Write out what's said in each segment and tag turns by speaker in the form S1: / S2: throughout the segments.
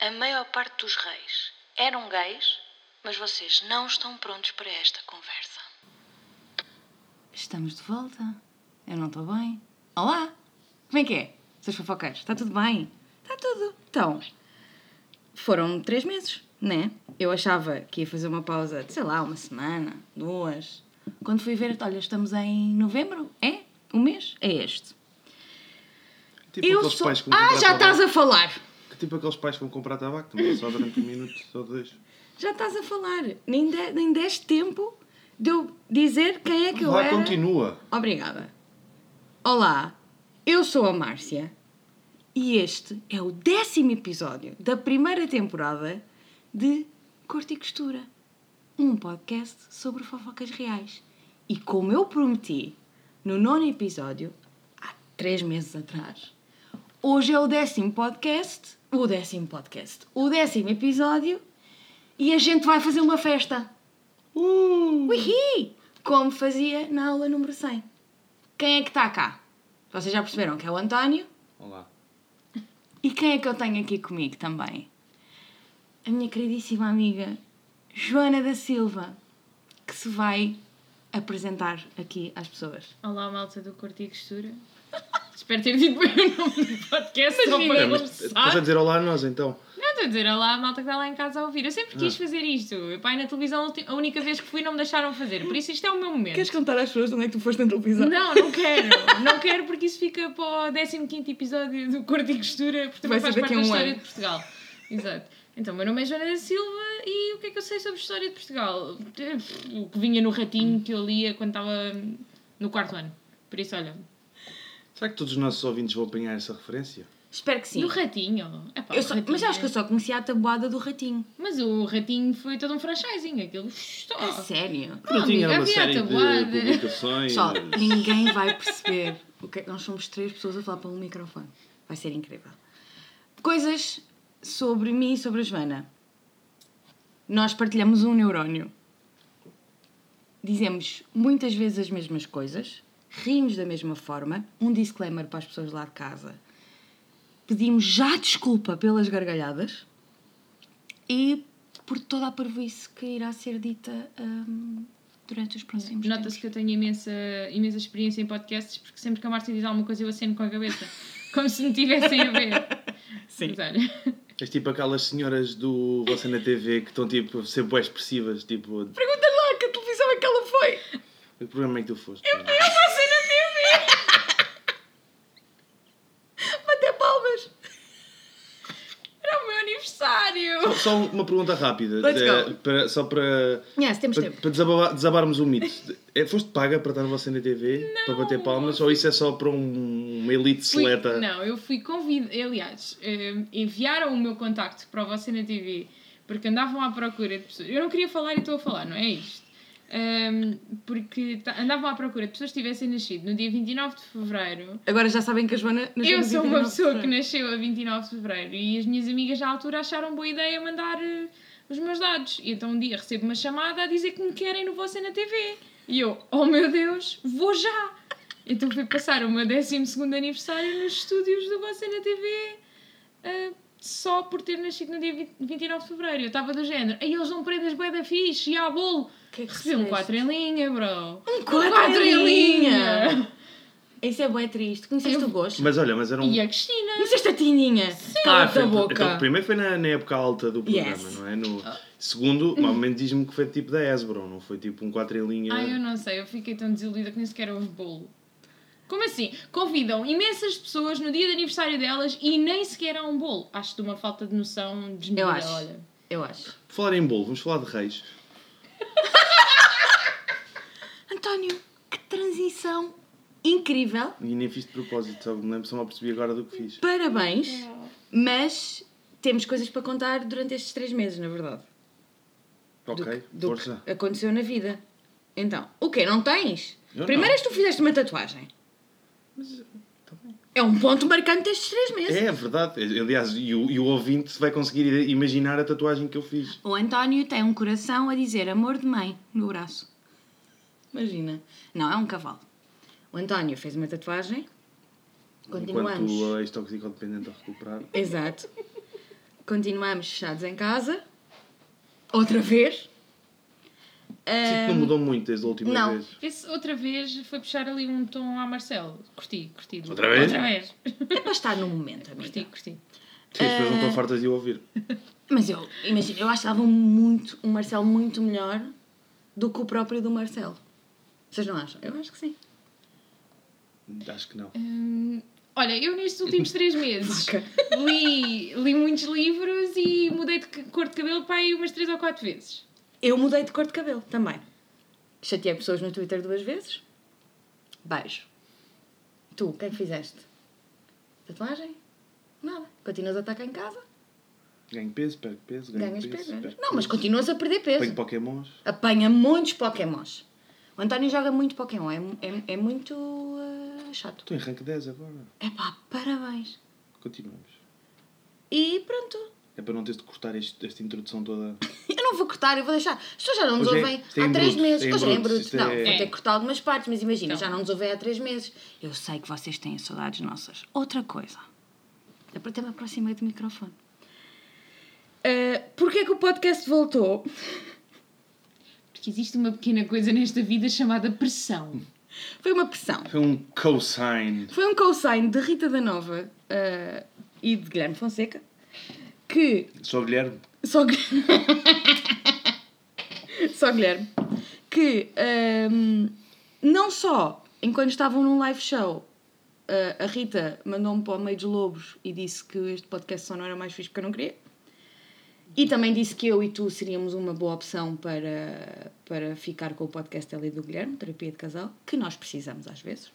S1: A maior parte dos reis eram gays, mas vocês não estão prontos para esta conversa.
S2: Estamos de volta. Eu não estou bem. Olá! Como é que é? Seus fofoqueiros, está tudo bem? Está tudo. Então, foram três meses, né? Eu achava que ia fazer uma pausa de, sei lá, uma semana, duas. Quando fui ver, olha, estamos em novembro? É? Um mês? É este.
S3: Tipo aqueles pais que vão
S2: Ah,
S3: comprar
S2: já estás
S3: tabaco.
S2: a falar!
S3: Tipo aqueles pais que vão comprar tabaco também, só durante um minuto ou dois.
S2: Já estás a falar! Nem, de, nem deste tempo de eu dizer quem é que eu
S3: Vá,
S2: era.
S3: continua.
S2: Obrigada. Olá, eu sou a Márcia e este é o décimo episódio da primeira temporada de Corte e Costura, um podcast sobre fofocas reais. E como eu prometi no nono episódio, há três meses atrás, hoje é o décimo podcast, o décimo podcast, o décimo episódio e a gente vai fazer uma festa. Uhum. Uhi! Como fazia na aula número 100. Quem é que está cá? Vocês já perceberam que é o António.
S3: Olá.
S2: E quem é que eu tenho aqui comigo também? A minha queridíssima amiga Joana da Silva, que se vai apresentar aqui às pessoas.
S4: Olá, malta do Corte e Costura. Espero ter dito bem o nome do podcast, só
S2: Imagina.
S4: para
S3: É, mas estás a
S4: começar.
S3: dizer olá a nós então.
S4: Não, estou a dizer olá, malta que está lá em casa a ouvir. Eu sempre
S2: Ah.
S4: quis fazer isto. Eu pai na televisão, a ulti- a única vez que fui, não me deixaram fazer. Por isso, isto é o meu momento.
S2: contar às pessoas onde é que tu foste na televisão?
S4: Não, não quero. Não quero porque isso fica para o 15 episódio do Corte e Costura, porque
S2: Vai
S4: também faz
S2: ser daqui
S4: parte da
S2: a um
S4: história
S2: ano.
S4: de Portugal. Exato. Então, meu nome é Joana da Silva e o que é que eu sei sobre a história de Portugal? Eh, O que vinha no ratinho que eu lia quando estava no quarto ano. Por isso, olha,
S3: Será que todos os nossos ouvintes vão apanhar essa referência?
S2: Espero que sim.
S4: Do ratinho. Epá,
S2: Eu
S4: o
S2: só-
S4: ratinho
S2: mas acho que eu
S4: é-
S2: só conhecia a tabuada do ratinho.
S4: Mas o ratinho foi todo um franchising,
S2: Ah,
S4: aquilo. Estou...
S2: A sério?
S4: Ah, amiga, havia tabuada.
S3: publicações.
S2: Pessoal, ninguém vai perceber. o que é- Nós somos três pessoas a falar para um microfone. Vai ser incrível. Coisas sobre mim e sobre a Joana. Nós partilhamos um neurónio. Dizemos muitas vezes as mesmas coisas, rimos da mesma forma. Um disclaimer para as pessoas lá de casa. Pedimos já desculpa pelas gargalhadas e por toda a parvoíce que irá ser dita hum, durante os próximos tempos.
S4: Nota-se que eu tenho imensa, imensa experiência em podcasts, porque sempre que a Márcia diz alguma coisa eu aceno com a cabeça. Como se me tivessem a ver.
S2: Sim.
S4: Mas olha,
S3: És tipo aquelas senhoras do Você na TV que estão tipo sempre bué expressivas, tipo,
S2: Pergunta lá que televisão é que ela foi.
S3: que programa é que tu foste?
S2: Bater palmas.
S4: era o meu aniversário!
S3: Só uma pergunta rápida,
S2: Let's
S3: de-
S2: go.
S3: para- só para,
S2: Yes, temos
S3: para,
S2: tempo.
S3: para desabar- desabarmos o mito. É, foste paga para estar no Você na TV? Para bater palmas? Ou isso é só para um- uma elite
S4: Fui-
S3: seleta?
S4: Não, eu fui convidada. Aliás, eh, enviaram o meu contacto para você na TV porque andavam à procura de pessoas. Eu não queria falar e estou a falar, não é isto? Ehm, porque ta- andavam à procura de pessoas que tivessem nascido no dia 29 de fevereiro.
S2: Agora já sabem que a Joana... nasceu
S4: Eu
S2: no
S4: sou
S2: 29
S4: uma
S2: de
S4: pessoa que
S2: fevereiro.
S4: nasceu a 29 de fevereiro e as minhas amigas na altura acharam boa ideia mandar eh, os meus dados. E então um dia recebo uma chamada a dizer que me querem no Você na TV. E eu, oh meu Deus, vou já! Então fui passar o meu 12 aniversário nos estúdios do Você na TV eh, só por ter nascido no dia 20 29 de fevereiro. Eu estava do género, aí eles dão prendas bué da fixe e há bolo.
S2: que é que
S4: Recebi um
S2: recebeste?
S4: 4 em linha, bro.
S2: Um quatro
S4: quatro
S2: em linha. Isso é bué triste. Conheceste
S4: Eu-
S2: o gosto?
S3: Mas olha, mas era um.
S4: E a Cristina.
S2: Conheceste a Tininha? Tá,
S3: Ah,
S2: Cala-te
S3: foi-
S2: a
S3: então,
S2: boca.
S3: primeiro foi na, na época alta do programa,
S2: Yes.
S3: não é? No, segundo, normalmente diz-me que foi tipo da Esbron, não foi tipo um 4 em linha.
S4: Ai, eu não sei, eu fiquei tão desiludida que nem sequer houve bolo. Como assim? Convidam imensas pessoas no dia de aniversário delas e nem sequer há um bolo. Acho de uma falta de noção desmedida,
S2: Eu acho.
S4: olha.
S2: Eu acho.
S3: Por falar em bolo, vamos falar de reis.
S2: António, que transição incrível.
S3: E nem fiz de propósito, só me lembro, só me apercebi agora do que fiz.
S2: Parabéns. Mas temos coisas para contar durante estes três meses, na verdade. do,
S3: Ok,
S2: que- do
S3: força.
S2: que aconteceu na vida. Então, o quê? Não tens?
S3: Eu
S2: Primeiro
S3: não. tá
S2: és tu que fizeste uma tatuagem. É um ponto marcante destes três meses.
S3: É, é verdade. Aliás, e o, e o ouvinte vai conseguir imaginar a tatuagem que eu fiz.
S2: O António tem um coração a dizer amor de mãe no braço. Imagina. Não, é um cavalo. O António fez uma tatuagem. Continuamos.
S3: Enquanto a ex-toxicodependente a recuperar.
S2: Exato. continuamos fechados em casa. Outra vez.
S3: Sinto que Tipo, não
S2: Ahm,
S3: mudou muito desde a última
S2: Hum, não.
S3: vez.
S4: Esse outra vez foi puxar ali um tom à Marcelo. Curti, curti. do-
S3: Outra vez?
S4: Outra vez.
S2: é para estar no momento,
S4: curti,
S2: amiga.
S4: curti.
S3: Sim, as pessoas não
S2: Hum.
S3: estão fartas de o ouvir.
S2: Mas eu, imagina, eu achava muito, o Marcelo muito melhor do que o próprio do Marcelo. Vocês não acham? Eu acho que sim.
S3: Acho que não.
S4: Hum, olha, eu nestes últimos três meses
S2: Ok.
S4: li, li muitos livros e mudei de c- cor de cabelo para aí umas três ou quatro vezes.
S2: Eu mudei de cor de cabelo também. Chateei pessoas no Twitter duas vezes. Beijo. Tu, o que é que fizeste? Tatuagem? Nada. Continuas a estar cá em casa?
S3: Ganho peso, perco peso, ganho
S2: Ganhas
S3: peso.
S2: peso.
S3: perco
S2: Não, mas
S3: peso.
S2: continuas a perder peso.
S3: Tenho pokémons.
S2: Apanha muitos pokémons. O António joga muito pokémon. É, é, é muito ah, chato.
S3: Estou em rank 10 agora.
S2: Epá, parabéns.
S3: Continuamos.
S2: E pronto.
S3: É para não teres de cortar este- esta introdução toda.
S2: Eu não vou cortar, eu vou deixar. As pessoas já não nos
S3: Hoje é-
S2: ouvem
S3: isto é
S2: há
S3: em
S2: três
S3: bruto,
S2: meses.
S3: isto é em
S2: Hoje é em
S3: bruto,
S2: bruto.
S3: isto
S2: Não,
S3: é-
S2: vou ter que cortar algumas partes, mas imagina,
S4: Então.
S2: já não nos ouvem há três meses. Eu sei que vocês têm saudades nossas. Outra coisa. Eu até me aproximei do microfone. Uh, Porquê é que o podcast voltou?
S4: Porque existe uma pequena coisa nesta vida chamada pressão.
S2: Foi uma pressão.
S3: Foi um cosign.
S2: Foi um co-sign de Rita da Nova uh, e de Guilherme Fonseca que
S3: Só Guilherme.
S2: Só Guilherme. só Guilherme. Que ahm, não só enquanto estavam num live show, ah, a Rita mandou-me para o meio dos lobos e disse que este podcast só não era mais fixe porque eu não queria. E também disse que eu e tu seríamos uma boa opção para, para ficar com o podcast ali do Guilherme, Terapia de Casal, que nós precisamos às vezes.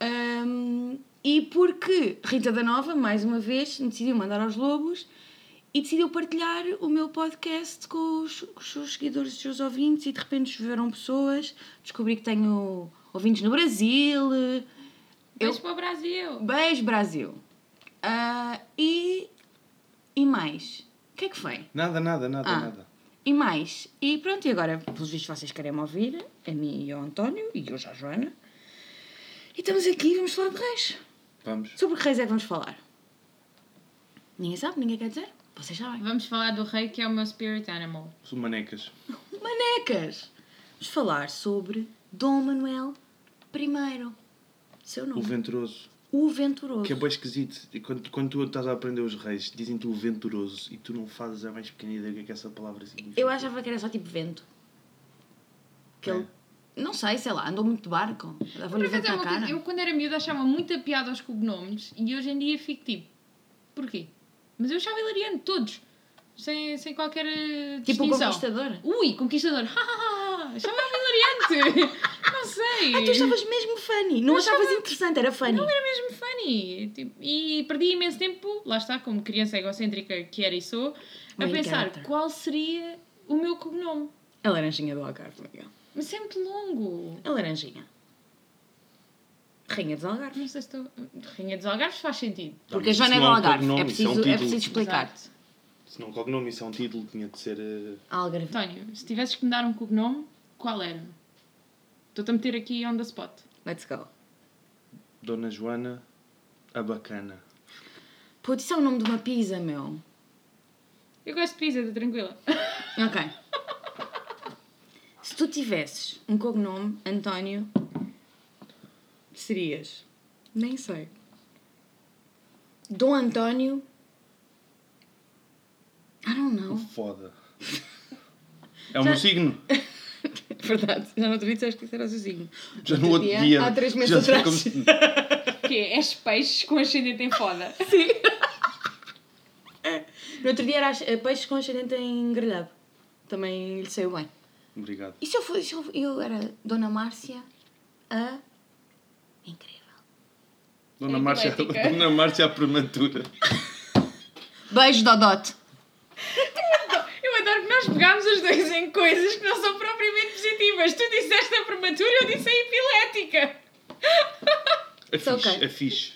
S2: Ahm, e porque Rita da Nova, mais uma vez, me decidiu mandar aos lobos e decidiu partilhar o meu podcast com os, com os seus seguidores, os seus ouvintes, e de repente choveram pessoas. Descobri que tenho ouvintes no Brasil. Eu-
S4: Beijo para o Brasil!
S2: Beijo, Brasil! Ah, e. E mais? O que é que foi?
S3: Nada, nada, nada,
S2: Ah.
S3: nada.
S2: E mais. E pronto, e agora, pelos vistos, vocês querem me ouvir, a mim e ao António, e hoje à Joana. E estamos aqui e vamos falar de reis.
S3: Vamos.
S2: Sobre que reis é que vamos falar? Ninguém sabe, ninguém quer dizer? Vocês sabem.
S4: Vamos falar do rei que é o meu spirit animal.
S3: Sou manecas.
S2: Manecas! Vamos falar sobre Dom Manuel I. Seu
S3: O
S2: nome.
S3: venturoso.
S2: O Venturoso.
S3: Que é bem esquisito. E Quando, quando tu estás a aprender os reis, dizem-te o venturoso e tu não fazes a mais pequena ideia do que é que essa palavra significa.
S2: Eu achava que era só tipo vento. Que
S3: É.
S2: ele. Não sei, sei lá, andou muito de barco. Dava-lhe
S4: Por acaso
S2: vento
S4: é
S2: na
S4: uma coisa-
S2: cara.
S4: eu quando era miúda achava muita piada aos cognomes e hoje em dia fico tipo, porquê? Mas eu achava hilariante, todos, sem, sem qualquer eh,
S2: Tipo o
S4: distinção.
S2: conquistador.
S4: Ui, conquistador, achava hilariante, não sei.
S2: Ah, tu achavas mesmo funny. Não
S4: Eu
S2: achavas
S4: achava-
S2: interessante, era funny.
S4: Era mesmo funny. Tipo, e perdi imenso tempo, lá está, como criança egocêntrica que era e sou, a
S2: Bem,
S4: pensar
S2: garota.
S4: qual seria o meu cognome.
S2: A laranjinha do Algarve, Miguel.
S4: Mas isso é muito longo.
S2: A laranjinha. Rainha dos Algarves.
S4: Não sei se estou. Rainha dos Algarves faz sentido.
S2: Porque a
S3: mas
S2: Joana é
S3: isso
S2: do
S3: não é um
S2: Algarve. É
S3: cognome, isso é um
S2: preciso, é
S3: título.
S2: preciso explicar.
S4: Exato.
S3: Se não cognome, isso é um título, tinha de ser. eh,
S2: Algarve.
S4: António, se tivesses que me dar um cognome, qual era? Estou-te a meter aqui on the spot.
S2: Let's go.
S3: Dona Joana a Bacana.
S2: Putz, isso é o nome de uma pizza, meu.
S4: Eu gosto de pizza, estou tranquila.
S2: Ok. Se tu tivesses um cognome, António, serias? Nem sei. Dom António. I don't know.
S3: Foda. É o meu signo.
S2: Verdade, já não te vi, disseste que isso era o seu signo.
S3: Já no outro
S2: dia,
S3: dia.
S2: há três meses
S3: já sei
S2: atrás.
S3: se-
S4: Que é, és peixes com ascendente em foda.
S2: Sim. no outro dia era as- peixe com ascendente em grelhado. Também lhe saiu bem.
S3: Obrigado.
S2: E se eu fosse, se eu, eu era Dona Márcia, a. Incrível.
S3: Dona Márcia,
S4: Eclética.
S3: Dona Márcia à prematura.
S2: Beijo, Dodote.
S4: Eu adoro que nós pegámos os dois em coisas que não são propriamente positivas. Tu disseste a prematura, eu disse a epilética.
S3: É
S2: Só
S3: fixe,
S2: ok.
S3: é fixe.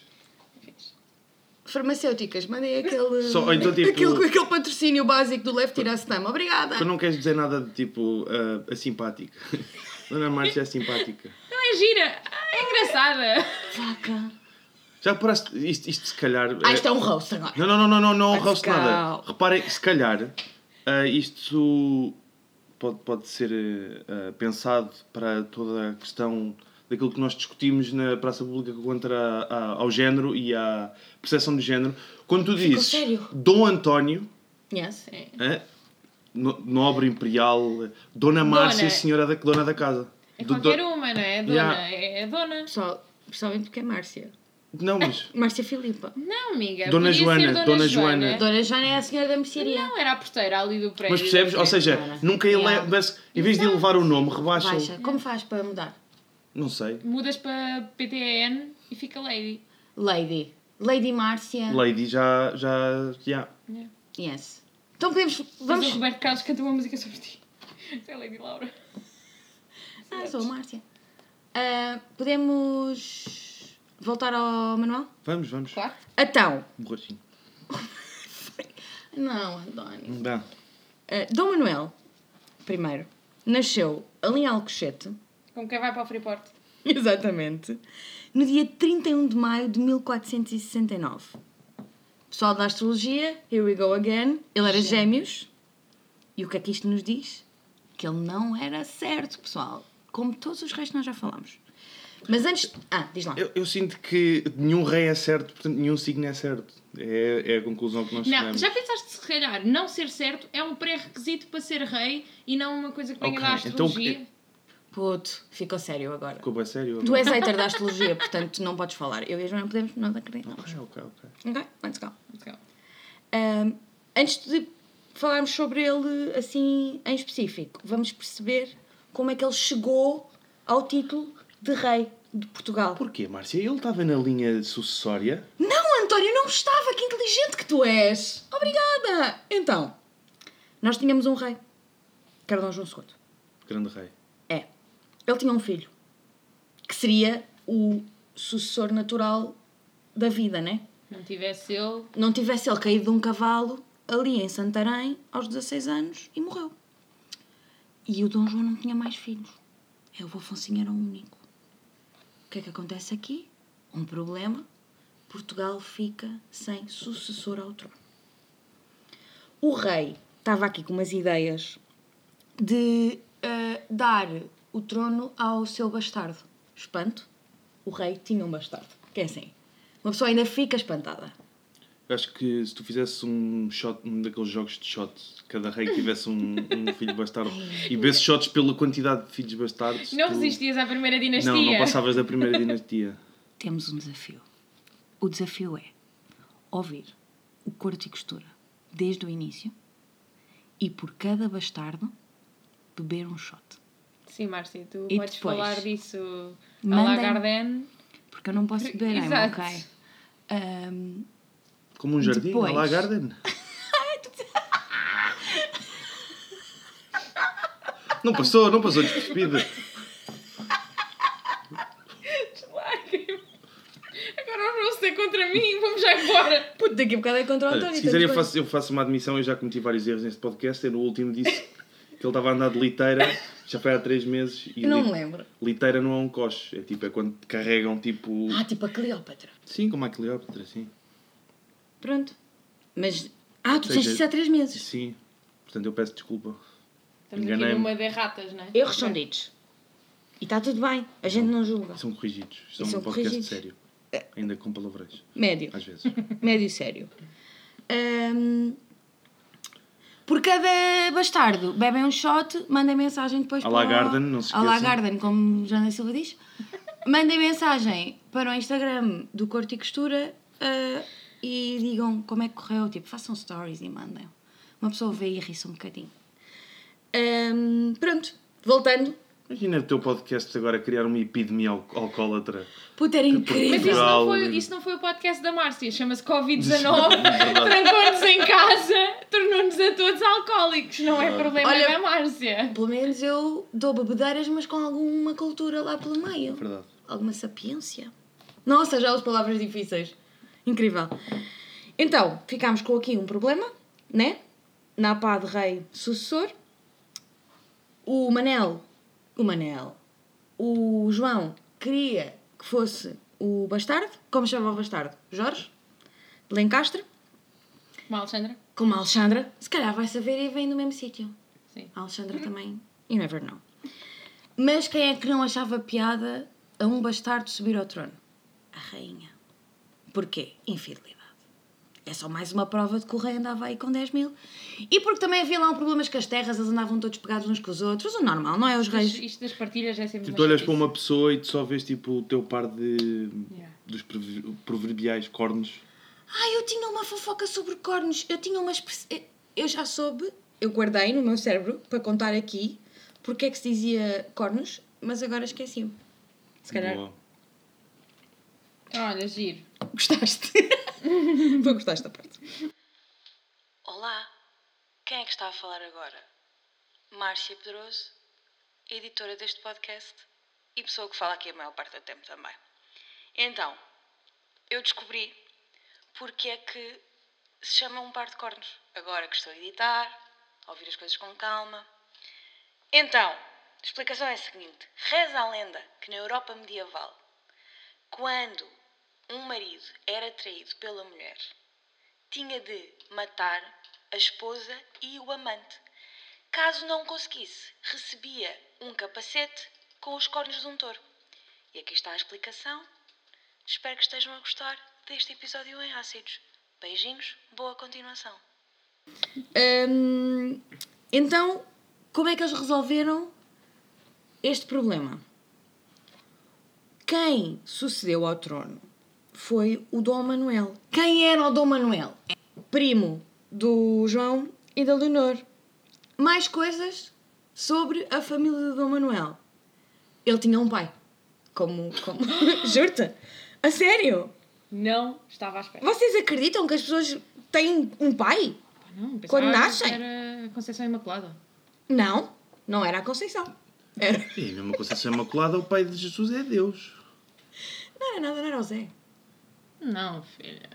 S2: Farmacêuticas, mandei aquele.
S3: Só- ou então, tipo-
S2: aquele, aquele patrocínio básico do Left Irastam. Obrigada.
S3: Tu não queres dizer nada de tipo ah, a simpática. Dona Márcia é simpática.
S4: Não é gira, ah, é engraçada.
S2: Vaca.
S3: Já reparaste, isto, isto se calhar...
S2: Ah,
S3: é-
S2: isto é um roast agora.
S3: Não, não, não, não, não, não
S2: Let's
S3: roast
S2: go.
S3: nada. Reparem, se calhar ah, isto pode, pode ser ah, ah, pensado para toda a questão daquilo que nós discutimos na praça pública contra a- a- ao género e à percepção de género. Quando tu dizes
S2: sério?
S3: Dom António,
S2: Yes.
S4: É.
S3: ah, no- nobre imperial, Dona Márcia,
S4: Dona.
S3: senhora da, dona da casa.
S4: É
S3: Do- do-
S4: qualquer uma, não é? É dona.
S3: Yeah.
S4: É, é dona.
S2: Pessoal, pessoalmente porque é Márcia.
S3: Não, mas...
S2: Márcia Filipa.
S4: Não, amiga.
S3: Dona
S4: podia ser
S3: Joana, Dona
S2: A
S3: Joana.
S2: Dona Joana é a senhora da mercearia.
S4: Não, era a porteira ali do prédio.
S3: Mas percebes? Ou seja,
S2: Dona.
S3: nunca ele
S2: Yeah.
S3: mas em vez de elevar o nome, rebaixa.
S2: Baixa. Como faz para mudar?
S3: Não sei.
S4: Mudas para PTN e fica Lady.
S2: Lady. Lady Márcia.
S3: Lady já. já, já.
S2: Yes. Então podemos.
S4: Vamos.
S2: Vamos.
S4: O Roberto Carlos canta uma música sobre ti. É Lady Laura.
S2: Ah, sou a Márcia. Ah, podemos. Voltar ao manual?
S3: Vamos, vamos.
S4: Claro.
S2: Então.
S3: Um roxinho.
S2: Não, António.
S3: Hum, Dá.
S2: Ah, Dom Manuel, primeiro, nasceu ali em Alcochete,
S4: Como quem vai para o Freeport.
S2: exatamente, no dia 31 de maio de 1469. Pessoal da astrologia, here we go again. Ele era gêmeos. E o que é que isto nos diz? Que ele não era certo, pessoal. Como todos os restos nós já falámos. Mas antes. Ah, diz lá.
S3: Eu, eu sinto que nenhum rei é certo, portanto nenhum signo é certo. É, é a conclusão que nós
S4: Não,
S3: chegamos.
S4: já pensaste se calhar não ser certo é um pré-requisito para ser rei e não uma coisa que venha
S3: Ok,
S4: da
S3: então o quê?
S4: astrologia?
S2: Puto, ficou sério agora.
S3: Ficou bem sério?
S2: Tu és hater da astrologia, portanto tu não podes falar. Eu e a Joana podemos, nós acreditamos.
S3: Ok, Ah, ok, ok.
S2: Ok, let's go.
S4: Então,
S2: Ahm, antes de falarmos sobre ele assim em específico, vamos perceber como é que ele chegou ao título de rei de Portugal.
S3: Porquê, Márcia? Ele estava na linha sucessória.
S2: Não, António, não estava! Que inteligente que tu és! Obrigada! Então, nós tínhamos um rei, que era Dom João II.
S3: Grande rei.
S2: É. Ele tinha um filho, que seria o sucessor natural da vida, né?
S4: não tivesse ele.
S2: não tivesse ele caído de um cavalo ali em Santarém aos 16 anos e morreu. E o Dom João não tinha mais filhos. É, o Afonso era o único. O que é que acontece aqui? Um problema. Portugal fica sem sucessor ao trono. O rei estava aqui com umas ideias de eh, dar o trono ao seu bastardo. Espanto, o rei tinha um bastardo. Que é assim. Uma pessoa ainda fica espantada.
S3: Eu acho que se tu fizesse um shot, um daqueles jogos de shot, cada rei que tivesse um, um filho bastardo e bebesse shots pela quantidade de filhos bastardos.
S4: Não
S3: tu-
S4: resistias à primeira dinastia.
S3: Não, não passavas da primeira dinastia.
S2: temos um desafio. O desafio é ouvir o corte e costura desde o início e por cada bastardo beber um shot.
S4: Sim, Márcia, tu
S2: E
S4: podes
S2: depois?
S4: falar disso à la
S2: Mandem-
S4: Garden.
S2: Porque eu não posso beber, I'm
S4: Exato.
S2: ok? Ahm,
S3: Como um jardim,
S2: Depois.
S3: à la garden. não passou, não passou despercebida.
S4: Agora não vão ser contra mim, vamos já embora.
S2: puto, daqui a bocado é contra o
S3: Olha,
S2: António.
S3: se quiser eu
S2: tanto
S3: faço, eu faço uma admissão, eu já cometi vários erros neste podcast. Eu no último disse que ele estava a andar de liteira, já foi há três meses. E
S2: Eu não
S3: li-
S2: me lembro.
S3: Liteira não é um coche, é tipo, é quando te carregam tipo.
S2: bem. Ah, tipo a Cleópatra.
S3: Sim, como a Cleópatra, sim.
S2: Pronto. Mas. Ah, tu
S3: Ou
S2: disseste
S3: seja,
S2: isso há três meses.
S3: Sim. Portanto, eu peço desculpa.
S4: Estamos aqui
S3: Enganei-me.
S4: numa de ratas, não é?
S2: Erros são ditos. E está tudo bem. A gente não julga.
S3: São corrigidos. São,
S2: São
S3: um podcast
S2: corrigidos. É.
S3: sério. Ainda com palavreiros,
S2: Médio.
S3: às vezes.
S2: Médio sério. Ahm, por cada bastardo, bebem um shot, mandem mensagem depois
S3: À la Garden, não se
S2: À la
S3: esqueçam.
S2: Garden, como Joana Silva diz. Mandem mensagem para o Instagram do Corte e Costura ah, e digam como é que correu. Tipo, façam stories e mandem. Uma pessoa vê e ri-se um bocadinho. Ahm, pronto, voltando.
S3: Imagina o teu podcast agora criar uma epidemia al- alcoólatra.
S2: Puta, era
S4: Mas
S2: incrível.
S4: isso não,
S3: Portugal.
S4: foi, isso não foi o podcast da Márcia, chama-se
S3: É
S4: Covid-19,
S3: verdade.
S4: trancou-nos em casa, tornou-nos a todos alcoólicos, não é problema
S2: Olha-
S4: da Márcia.
S2: Pelo menos eu dou bebedeiras, mas com alguma cultura lá pelo meio.
S3: Verdade.
S2: alguma sapiência. Nossa, já uso palavras difíceis. Incrível. Então, ficámos com aqui um problema, né? Na pá de rei sucessor. O Manel, o Manel, o João queria que fosse o Bastardo. Como se chamava o Bastardo? Jorge? De Lencastre?
S4: Uma Alexandra?
S2: Como a Alexandra. Se calhar vai saber e vem do mesmo sítio.
S4: Sim.
S2: A Alexandra também. You never know. Mas quem é que não achava piada a um bastardo subir ao trono? A rainha. Porquê? Infidelidade. É só mais uma prova de que o rei andava aí com 10 mil. E porque também havia lá um problema com as terras, eles andavam todos pegados uns com os outros. O normal, não é? Os
S4: Isto,
S2: reis.
S4: isto das partilhas é sempre
S3: Tipo,
S4: uma
S3: tu olhas para
S4: chatice.
S3: uma pessoa e tu só vês tipo, o teu par de.
S4: Yeah.
S3: dos prover- proverbiais cornos.
S2: Ai, eu tinha uma fofoca sobre cornos. Eu tinha uma express... eh, Eu já soube, eu guardei no meu cérebro para contar aqui porque é que se dizia cornos, mas agora esqueci-me. Se calhar.
S3: Boa.
S4: Olha, giro.
S2: Gostaste? Vou gostar desta parte.
S1: Olá, quem é que está a falar agora? Márcia Pedroso, editora deste podcast e pessoa que fala aqui a maior parte do tempo também. Então, eu descobri porque é que se chama um par de cornos. Agora que estou a editar, a ouvir as coisas com calma. Então, a explicação é a seguinte: reza a lenda que na Europa medieval, quando um marido era traído pela mulher, tinha de matar a esposa e o amante. Caso não o conseguisse, recebia um capacete com os cornos de um touro. E aqui está a explicação. Espero que estejam a gostar deste episódio em ácidos. Beijinhos, boa continuação.
S2: Hum, então, como é que eles resolveram este problema? Quem sucedeu ao trono foi o Dom Manuel. Quem era o Dom Manuel? Primo do João e da Leonor. Mais coisas sobre a família do Dom Manuel. Ele tinha um pai. Como. como... Juro-te! A sério?
S4: Não estava à espera.
S2: Vocês acreditam que as pessoas têm um pai?
S4: Pá, não, pensava
S2: Quando
S4: que
S2: nascem?
S4: Era a Conceição Imaculada.
S2: Não, não era a Conceição. Era.
S3: E a mesma Conceição Imaculada, o pai de Jesus é Deus.
S2: Não era nada, não era o Zé.
S4: Não, filha.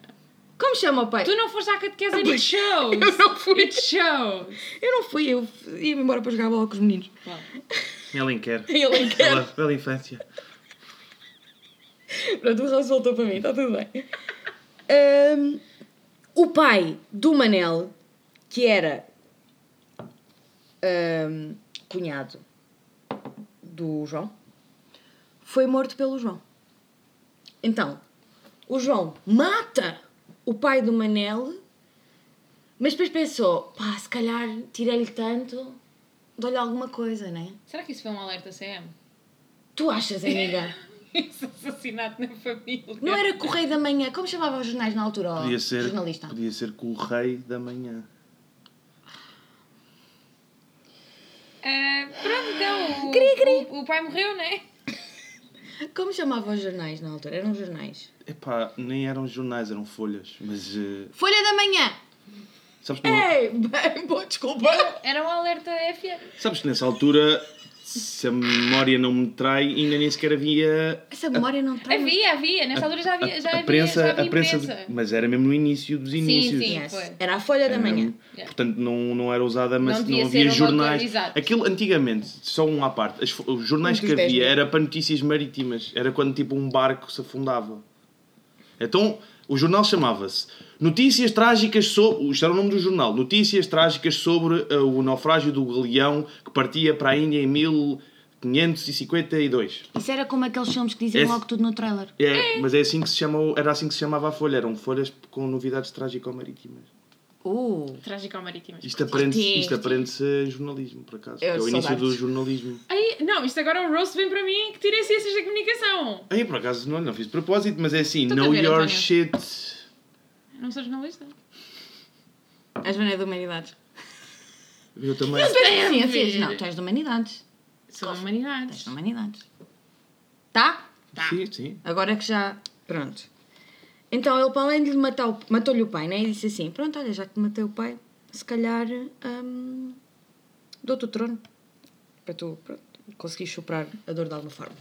S2: Como chama o pai?
S4: Tu não foste à catequese e shows.
S2: Ah, Eu não fui.
S4: It shows.
S2: Eu não fui, eu ia-me embora para jogar bola com os meninos.
S4: Bom,
S3: Ela em quer.
S2: Ele é em
S3: Bela, bela infância.
S2: Pronto, o Raul voltou para mim, está tudo bem. Ahm, o pai do Manel, que era ahm, cunhado do João, foi morto pelo João. Então, o João mata o pai do Manel, mas depois pensou: pá, se calhar tirei-lhe tanto, dou-lhe alguma coisa, né?
S4: será que isso foi um alerta CM?
S2: Tu achas, amiga?
S4: Esse assassinato na família.
S2: Não é- era Correio da Manhã? Como chamavam os jornais na altura? ó,
S3: É, Podia ser,
S2: Jornalista.
S3: podia ser com o rei da manhã.
S4: Ah, pronto, então. O, O, o pai morreu, não é?
S2: Como chamavam os jornais na altura? Eram jornais.
S3: Epá, nem eram jornais, eram folhas. Mas eh,
S2: Folha da Manhã!
S3: sabes, que,
S2: Ei, bem, pô, desculpa.
S4: Era um alerta FM.
S3: sabes que nessa altura, se a memória não me trai, ainda nem sequer havia
S2: Essa memória não traz.
S3: É
S4: Havia, havia. Nessa altura já havia. Já
S3: a
S4: havia,
S3: prensa.
S4: já havia
S3: a prensa de- mas era mesmo no início dos inícios.
S4: sim.
S2: Yes.
S4: Foi.
S2: Era a Folha da
S3: Era
S2: Manhã.
S3: É mesmo-
S4: Yeah.
S3: Portanto, não, não era usada, mas
S4: Não
S3: não,
S4: devia ser um
S3: havia
S4: uma
S3: jornais.
S4: atualizada.
S3: Aquilo, antigamente, só um à parte, as fo- os jornais
S2: Um dos
S3: que
S2: 10
S3: havia
S2: mil.
S3: era para notícias marítimas. Era quando, tipo, um barco se afundava. Então, o jornal chamava-se Notícias Trágicas sobre... Isto era o nome do jornal. Notícias Trágicas sobre eh, o naufrágio do galeão que partia para a Índia em 1552.
S2: Isso era como aqueles filmes que diziam
S3: Esse-
S2: logo tudo no trailer.
S3: É, mas é assim que se chamou, era assim que se chamava a folha. Eram folhas com novidades trágico-marítimas.
S2: Uh.
S4: Trágico marítimas.
S3: Isto é aprende-se
S2: Sim,
S3: isto
S2: sim.
S3: aprende-se em jornalismo, por acaso.
S2: Eu
S3: que é o
S2: sou
S3: início
S2: da
S3: do
S2: arte.
S3: jornalismo.
S4: Ai, não, isto agora é um roast vem para mim que tirei ciências da comunicação.
S3: Aí, por acaso, não, não fiz de propósito, mas é assim,
S4: Estou-te a
S3: know
S4: ver,
S3: your
S4: António.
S3: shit.
S4: Não sou jornalista.
S2: As Mané da Humanidades.
S3: Eu também.
S4: a
S2: Sim,
S4: ver.
S2: sim, Não, tu és da Humanidades.
S4: Sou da
S2: Tu
S4: humanidade.
S2: és da Humanidades. Tá?
S3: Sim, sim.
S2: Agora que já. Pronto. Então ele, para além de lhe matar o... matou-lhe o pai, né? E disse assim: Pronto, olha, já que te matei o pai, se calhar hum, dou-te o trono. Para tu, pronto, conseguires superar a dor de alguma forma.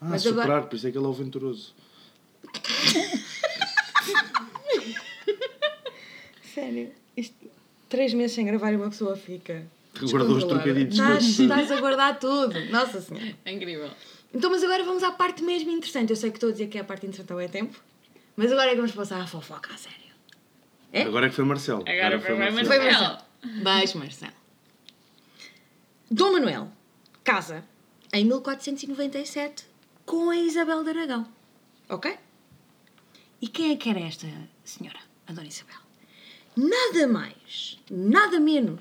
S3: Ah,
S2: Mas
S3: superar,
S2: agora-
S3: por isso é que ele é o venturoso.
S2: Sério, isto. Três meses sem gravar e uma pessoa fica.
S3: Guardou os
S2: descontrolada.
S3: trocadilhos
S2: Estás,
S3: todos.
S2: estás a guardar tudo. Nossa Senhora.
S4: É incrível.
S2: Então, mas agora vamos à parte mesmo interessante. Eu sei que estou a dizer que é a parte interessante ao é tempo, mas agora é que vamos passar à fofoca, a sério. É?
S3: Agora é que foi Marcelo.
S4: Agora foi mais
S2: Foi
S4: Marcelo.
S2: Beijo, Marcelo. Dom Manuel casa em 1497 com a Isabel de Aragão. Ok? E quem é que era esta senhora, a Dona Isabel? Nada mais, nada menos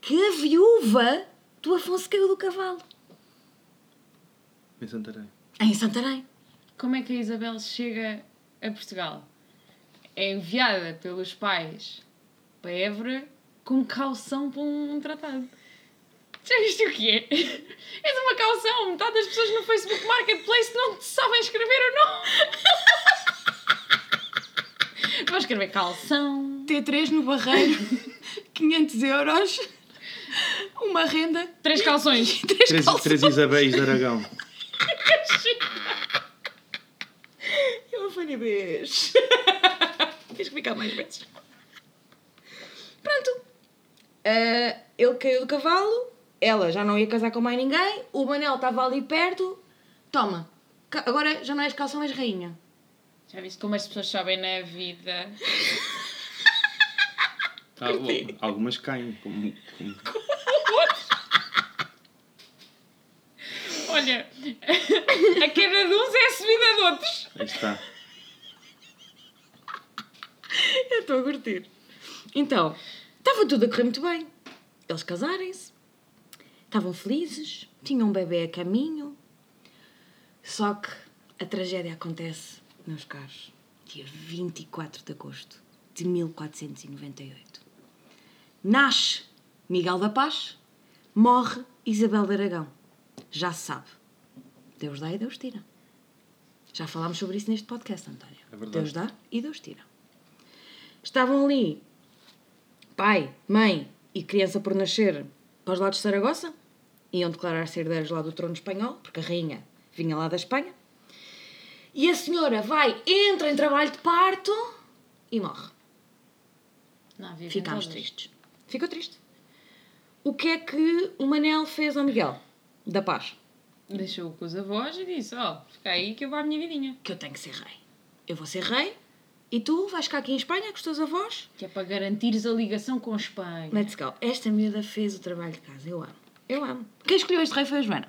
S2: que a viúva do Afonso Caiu do Cavalo,
S3: Em Santarém.
S2: em Santarém.
S4: Como é que a Isabel chega a Portugal? É enviada pelos pais para Évora com calção para um tratado. Já viste o que é? És uma calção! Metade das pessoas no Facebook Marketplace não sabem escrever o nome! Vão escrever calção,
S2: T3 no barreiro, 500 euros, uma renda,
S4: três calções.
S2: três,
S3: Três, três Isabéis de Aragão.
S2: Eu falei vez. Tens que ficar mais vezes. Pronto. Ah, ele caiu do cavalo, ela já não ia casar com mais ninguém, o Manel estava ali perto. Toma, ca- agora já não és calção, és rainha.
S4: Já viste como as pessoas sabem na vida?
S3: Ah, algumas caem. Como, como...
S4: Olha, a queda de uns é a subida de outros.
S3: Aí está.
S2: Eu estou a curtir. Então, estava tudo a correr muito bem. Eles casarem-se, estavam felizes, tinham um bebê a caminho. Só que a tragédia acontece, meus caros, dia 24 de agosto de 1498. Nasce Miguel da Paz, morre Isabel de Aragão. Já se sabe. Deus dá e Deus tira. Já falámos sobre isso neste podcast, António.
S3: É verdade.
S2: Deus dá e Deus tira. Estavam ali pai, mãe e criança por nascer para os lados de Saragossa. Iam declarar-se herdeiros lá do trono espanhol, porque a rainha vinha lá da Espanha. E a senhora vai, entra em trabalho de parto e morre.
S4: Não, vivem
S2: Ficámos
S4: todas.
S2: tristes. Ficou triste. O que é que o Manel fez ao Miguel? Da paz.
S4: Deixou-o com os avós e disse: Ó, fica aí que eu vou à minha vidinha.
S2: Que eu tenho que ser rei. Eu vou ser rei e tu vais ficar aqui em Espanha com os teus avós
S4: Que é para garantires a ligação com a Espanha.
S2: Let's go. Esta miúda fez o trabalho de casa. Eu amo. Eu amo. Quem escolheu este rei foi a Joana.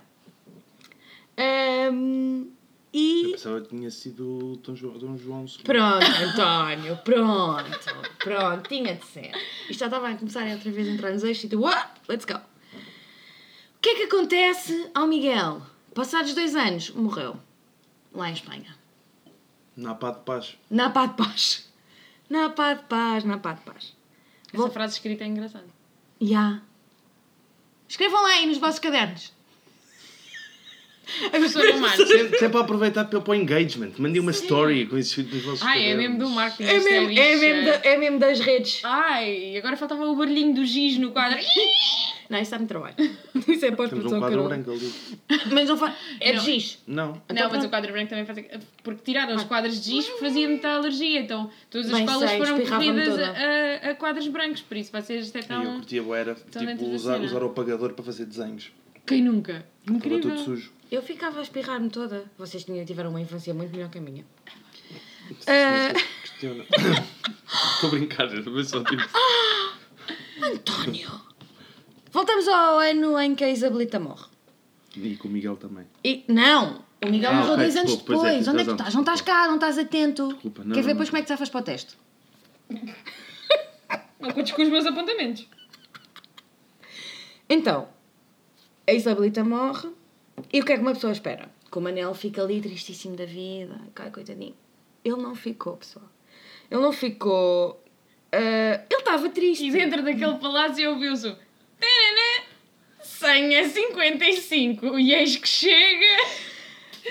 S2: Ahm,
S3: Eu
S2: e.
S3: pensava que tinha sido o Dom João, Dom João II.
S2: Pronto, António, pronto, pronto, tinha de ser. Isto já estava a começar outra vez a entrar nos eixos e tu, "Uá, let's go. O que é que acontece ao Miguel? Passados dois anos, morreu. Lá em Espanha.
S3: Na pá de paz.
S2: Na pá de paz. Na pá de paz, na pá de paz.
S4: Essa
S2: Vou-
S4: frase escrita é engraçada.
S2: Já. Escrevam lá aí nos vossos cadernos.
S4: A pessoa do marketing.
S3: Sempre, sempre a aproveitar é para, para o engagement. Mandei uma story com esses dos vossos
S4: Ai, é
S3: cadernos.
S4: mesmo do marketing.
S2: É
S4: isto um
S2: mesmo, é,
S4: lixa.
S2: mesmo da- é mesmo das redes.
S4: Ai, agora faltava o barulhinho do giz no quadro.
S2: Não, isso dá-me trabalho. Isso é
S3: Temos
S2: pós-produção
S3: um
S2: que eu
S3: quadro
S2: não-
S3: branco ali.
S2: Mas não faz. É de
S4: Não.
S2: giz.
S3: Não.
S2: Então
S4: Não, mas
S2: pronto.
S4: o quadro branco também faz. Porque tiraram os quadros de giz fazia muita alergia. Então todas as
S2: Bem
S4: escolas
S2: sei,
S4: foram
S2: espirrava-me
S4: corridas
S2: toda.
S4: a, a- a quadros brancos. Por isso vocês até
S3: Ai, eu
S4: estão.
S3: curtia bué era
S4: dentro
S3: tipo,
S4: da
S3: usar,
S4: cena.
S3: usar o apagador para fazer desenhos.
S4: Quem nunca?
S3: Estava
S4: Incrível.
S3: tudo sujo.
S2: Eu ficava a espirrar-me toda. Vocês tinham- tiveram uma infância muito melhor que a minha. Ah,
S3: Questiona. Estou a brincar, mas só tipo.
S2: António! Voltamos ao ano em que a Isabelita morre.
S3: E com o Miguel também.
S2: E, não! O Miguel
S3: Ah,
S2: morreu
S3: ok,
S2: dois anos
S3: desculpa, pois é,
S2: depois.
S3: tens
S2: Onde é que tu
S3: razão,
S2: estás? Não estás
S3: desculpa.
S2: cá, não estás atento.
S3: Desculpa, não,
S2: Quer ver
S3: não,
S2: depois
S3: não.
S2: como é que safas para o teste?
S4: Não contes com os meus apontamentos.
S2: Então, a Isabelita morre e o que é que uma pessoa espera? Que o Manel fica ali tristíssimo da vida, cai coitadinho. Ele não ficou, pessoal. Ele não ficou. ah, ele estava triste.
S4: E dentro daquele palácio ouviu-se o tarará, 100 a 55. E eis que chega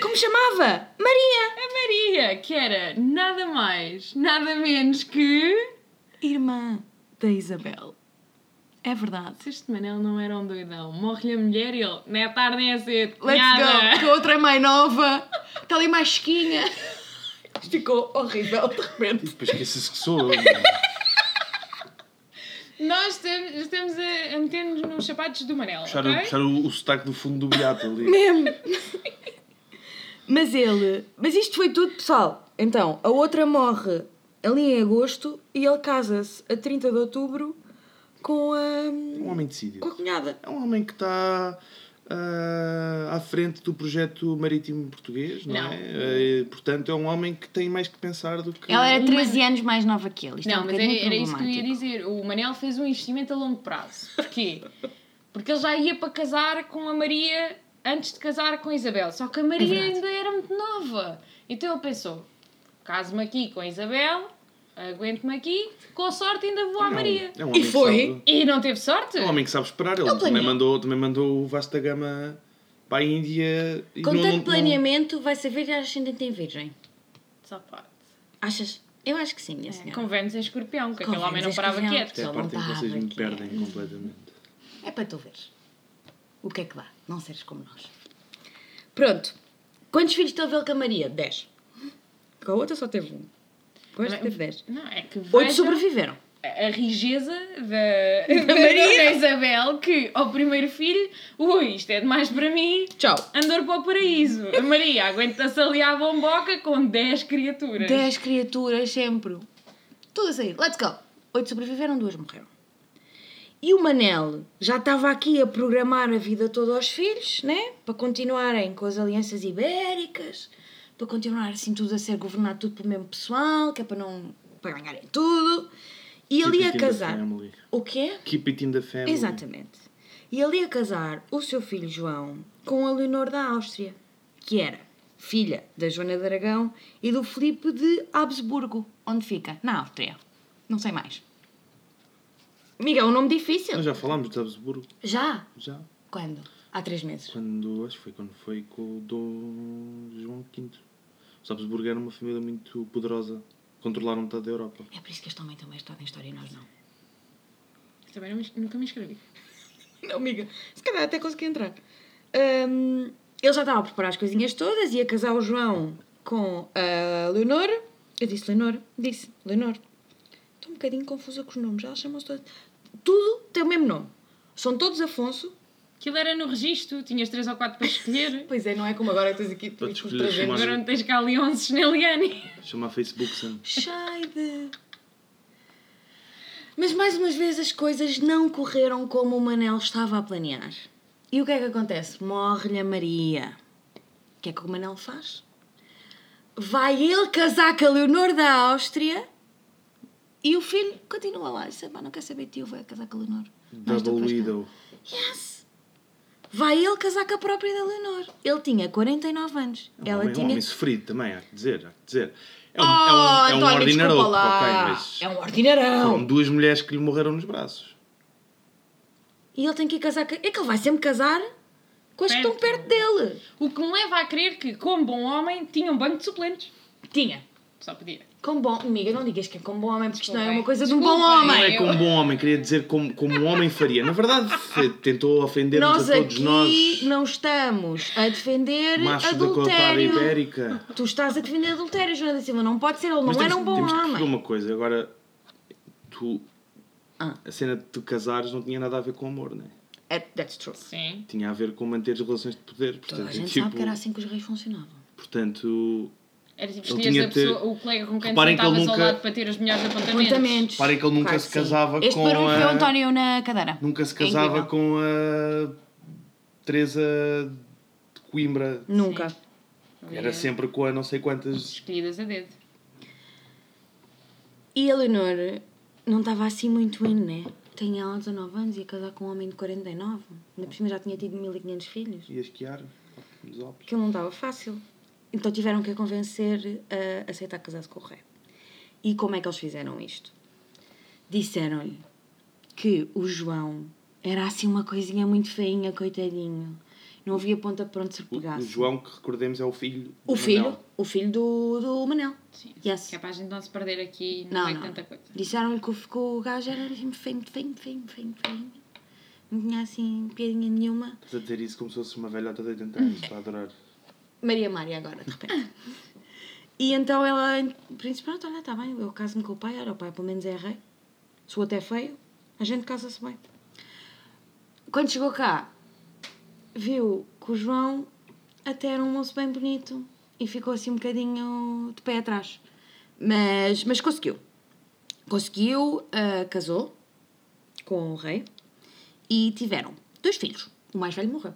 S2: Como chamava? Maria!
S4: a Maria, que era nada mais, nada menos que.
S2: Irmã da Isabel. É verdade.
S4: Se este Manel não era um doidão, morre-lhe a mulher e ele, não é tarde nem é cedo.
S2: Let's
S4: cunhada."
S2: go! Que a outra é mais nova,
S5: Tá
S2: está ali mais chiquinha. Ficou horrível de repente.
S3: Depois esqueces que sou eu. né?
S4: Nós estamos, estamos a, a meter-nos nos sapatos do Manel.
S3: Puxar,
S4: ok?
S3: puxar o, o sotaque do fundo do beato ali.
S2: Mesmo!
S5: Mas ele. Mas isto foi tudo, pessoal. Então, a outra morre ali em agosto e ele casa-se a 30 de outubro com
S3: Um
S5: a.
S3: homem decidido.
S5: com a cunhada.
S3: É um homem que está ah, à frente do projeto marítimo português, não,
S4: Não.
S3: é? Eh, portanto, é um homem que tem mais que pensar do que.
S2: Ela era
S4: Uma-
S2: 13 anos mais nova que ele. Isto é
S4: Não,
S2: um
S4: mas
S2: bocadinho
S4: era, era isso que eu ia
S2: problemático.
S4: dizer. O Manel fez um investimento a longo prazo. Porquê? Porque ele já ia para casar com a Maria antes de casar com a Isabel. Só que a
S2: É
S4: Maria ainda era muito nova. Então ele pensou: caso-me aqui com a Isabel, aguento-me aqui, com sorte ainda vou à
S3: Não,
S4: Maria.
S3: É um homem
S5: E foi.
S3: Que sabe,
S4: E não teve sorte?
S3: é um homem que sabe esperar. Ele
S5: Ele
S3: também
S5: planeou.
S3: mandou, também mandou o Vasta Gama para a Índia. e
S2: Com
S3: não-
S2: tanto
S3: não-
S2: planeamento, vai saber que a ascendente em virgem.
S4: Só pode.
S2: Achas? Eu acho que sim, minha
S4: É,
S2: senhora.
S4: com Vênus em escorpião, que
S2: Com
S4: aquele homem
S2: Vênus
S4: não
S2: em
S4: parava
S2: escorpião.
S4: quieto.
S3: Isto é a
S2: Só
S3: parte em que
S2: não
S3: vocês me
S2: dava, que é.
S3: perdem completamente.
S2: É para tu veres. O que é que dá? Não seres como nós. Pronto. Quantos filhos teve ele com a Maria? 10.
S5: Com a outra só teve um. Com esta
S4: Também-
S5: teve 10.
S4: Não, é que
S5: Oito
S4: vejam
S5: sobreviveram.
S4: a a rigeza da, da, Maria Isabel, que ao primeiro filho, ui, isto é demais para mim,
S5: Tchau.
S4: andor para o paraíso. A Maria aguenta-se ali à bomboca com 10 criaturas.
S2: 10 criaturas sempre. Tudo a sair. Let's go. 8 sobreviveram, duas morreram.
S5: E o Manel já estava aqui a programar a vida toda aos filhos, né?
S2: Para continuarem com as alianças ibéricas, para continuar assim tudo a ser governado tudo pelo mesmo pessoal, que é para não para ganharem tudo. E ele
S3: Keep
S2: ia
S3: it in the
S2: casar.
S3: Tipo family.
S2: O quê?
S3: Keep it in the family.
S2: Exatamente. E ele ia casar o seu filho João com a Leonor da Áustria, que era filha da Joana de Aragão e do Filipe de Habsburgo, onde fica? Na Áustria. Não sei mais. Miguel, é um nome difícil.
S3: Nós já falámos de Habsburgo,
S2: Já?
S3: já.
S2: Quando? Há três meses.
S3: Quando, acho que foi quando foi com o Dom João V. Os Habsburgo eram uma família muito poderosa. Controlaram metade da Europa.
S2: É por isso que este homem também está em história e nós não.
S4: Também não me- nunca me inscrevi.
S5: Não, amiga.
S2: Se calhar até consegui entrar. Hum, ele já estava a preparar as coisinhas todas, ia casar o João com a Leonor. Eu disse Leonor, disse Leonor.
S5: Estou um bocadinho confusa com os nomes. Elas chamam-se todas. Tudo tem o mesmo nome. São todos Afonso.
S4: Aquilo era no registro, tinhas 3 ou 4 para escolher.
S5: Pois é, não é como agora estás aqui.
S3: Para te escolher chamar,
S4: Agora não tens cá ali 11 Snelliani.
S3: chamar Facebook Sam.
S5: Scheide.
S2: Mas mais umas vezes as coisas não correram como o Manel estava a planear. E o que é que acontece? Morre-lhe a Maria. O que é que o Manel faz? Vai ele casar com a Leonor da Áustria e o filho continua lá. Disse, "Pá, não quer saber de ti, eu vou casar com a Leonor. Não, estou
S3: Double
S2: para
S3: Widow.
S2: Yes! Vai ele casar com a própria da Leonor. Ele tinha 49 anos.
S3: É um
S2: Ela
S3: homem- um
S2: tinha.
S3: homem sofrido também, há que dizer. Há que dizer. É um,
S2: Oh,
S3: é um, é um
S2: António,
S3: ordinário,
S2: desculpa lá.
S3: ok, mas
S2: É um ordinarão.
S3: foram duas mulheres que lhe morreram nos braços.
S2: E ele tem que ir casar. com- É que ele vai sempre casar com as que estão perto
S4: Perto.
S2: dele.
S4: O que me leva a crer que, como bom homem, tinha um banco de suplentes.
S2: Tinha.
S4: Só podia.
S2: Com bom. Amiga, não digas que é com bom homem, porque isto não é
S4: Desculpem.
S2: uma coisa de um bom
S4: Desculpem.
S3: Não
S2: homem.
S3: é
S4: eu-
S3: como um bom homem, queria dizer como, como um homem faria. Na verdade, fe- tentou ofender-nos
S2: Nós
S3: a todos
S2: aqui
S3: nós.
S2: não estamos a defender
S3: Machos da cotada
S2: adultério.
S3: ibérica.
S2: Tu estás a defender adultério, Joana da Silva. Não pode ser, ele não era um bom
S3: temos que perceber
S2: homem.
S3: uma coisa, agora tu
S2: Ah.
S3: a cena de tu casares não tinha nada a ver com amor, né?
S2: É, That's true.
S4: Sim.
S3: Tinha a ver com manter as relações de poder. Portanto,
S2: Toda a gente
S3: tipo,
S2: sabe que era assim que os reis funcionavam.
S3: portanto,
S4: Era tipo,
S3: Ele
S4: escolhias
S3: tinha
S4: a
S3: de ter-
S4: pessoa, o colega com quem tu
S3: Reparem que ele
S4: sentavas ao
S3: nunca-
S4: lado para ter os melhores apontamentos.
S2: Apontamentos.
S3: Parem que ele nunca
S2: Claro
S3: se
S2: que
S3: casava
S2: sim. Este
S3: com
S2: barulho foi o
S3: a-
S2: António na cadeira.
S3: nunca se
S2: É
S3: casava
S2: incrível.
S3: com a Teresa de Coimbra.
S5: Nunca.
S3: Era
S2: é.
S4: assim.
S3: sempre com a não sei quantas.
S4: Escolhidas a dedo.
S2: E a Leonor não estava assim muito in, né? Tinha ela 19 anos e ia casar com um homem de 49. Ainda por cima já tinha tido 1500 filhos.
S3: Ia esquiar nos Alpes.
S2: Aquilo não estava fácil. Então tiveram que a convencer a aceitar casar-se com o rei. E como é que eles fizeram isto? Disseram-lhe que o João era assim uma coisinha muito feinha, coitadinho. Não havia ponta para onde se
S3: O, o
S2: pegasse.
S3: João, que recordemos, é o filho.
S2: O
S3: do
S2: filho,
S3: Manuel.
S2: o filho do, do Manel.
S4: Sim.
S2: Yes.
S4: Que é para a gente não se perder aqui e não,
S2: Não,
S4: é
S2: não.
S4: tanta coisa.
S2: Disseram-lhe que o, que o gajo era assim feio, feio, feio, feio, feio. Não tinha assim piadinha nenhuma.
S3: Estás a dizer isso como se fosse uma velhota de 80 anos. Estou a adorar.
S2: Maria Maria agora, de repente. E então ela, em princípio, pronto, olha, está bem, eu caso-me com o pai, olha, o pai pelo menos é rei. Se o outro é feio, a gente casa-se bem. Quando chegou cá, viu que o João até era um moço bem bonito, e ficou assim um bocadinho de pé atrás. Mas, mas conseguiu. Conseguiu, ah, casou com o rei e tiveram dois filhos. O mais velho morreu.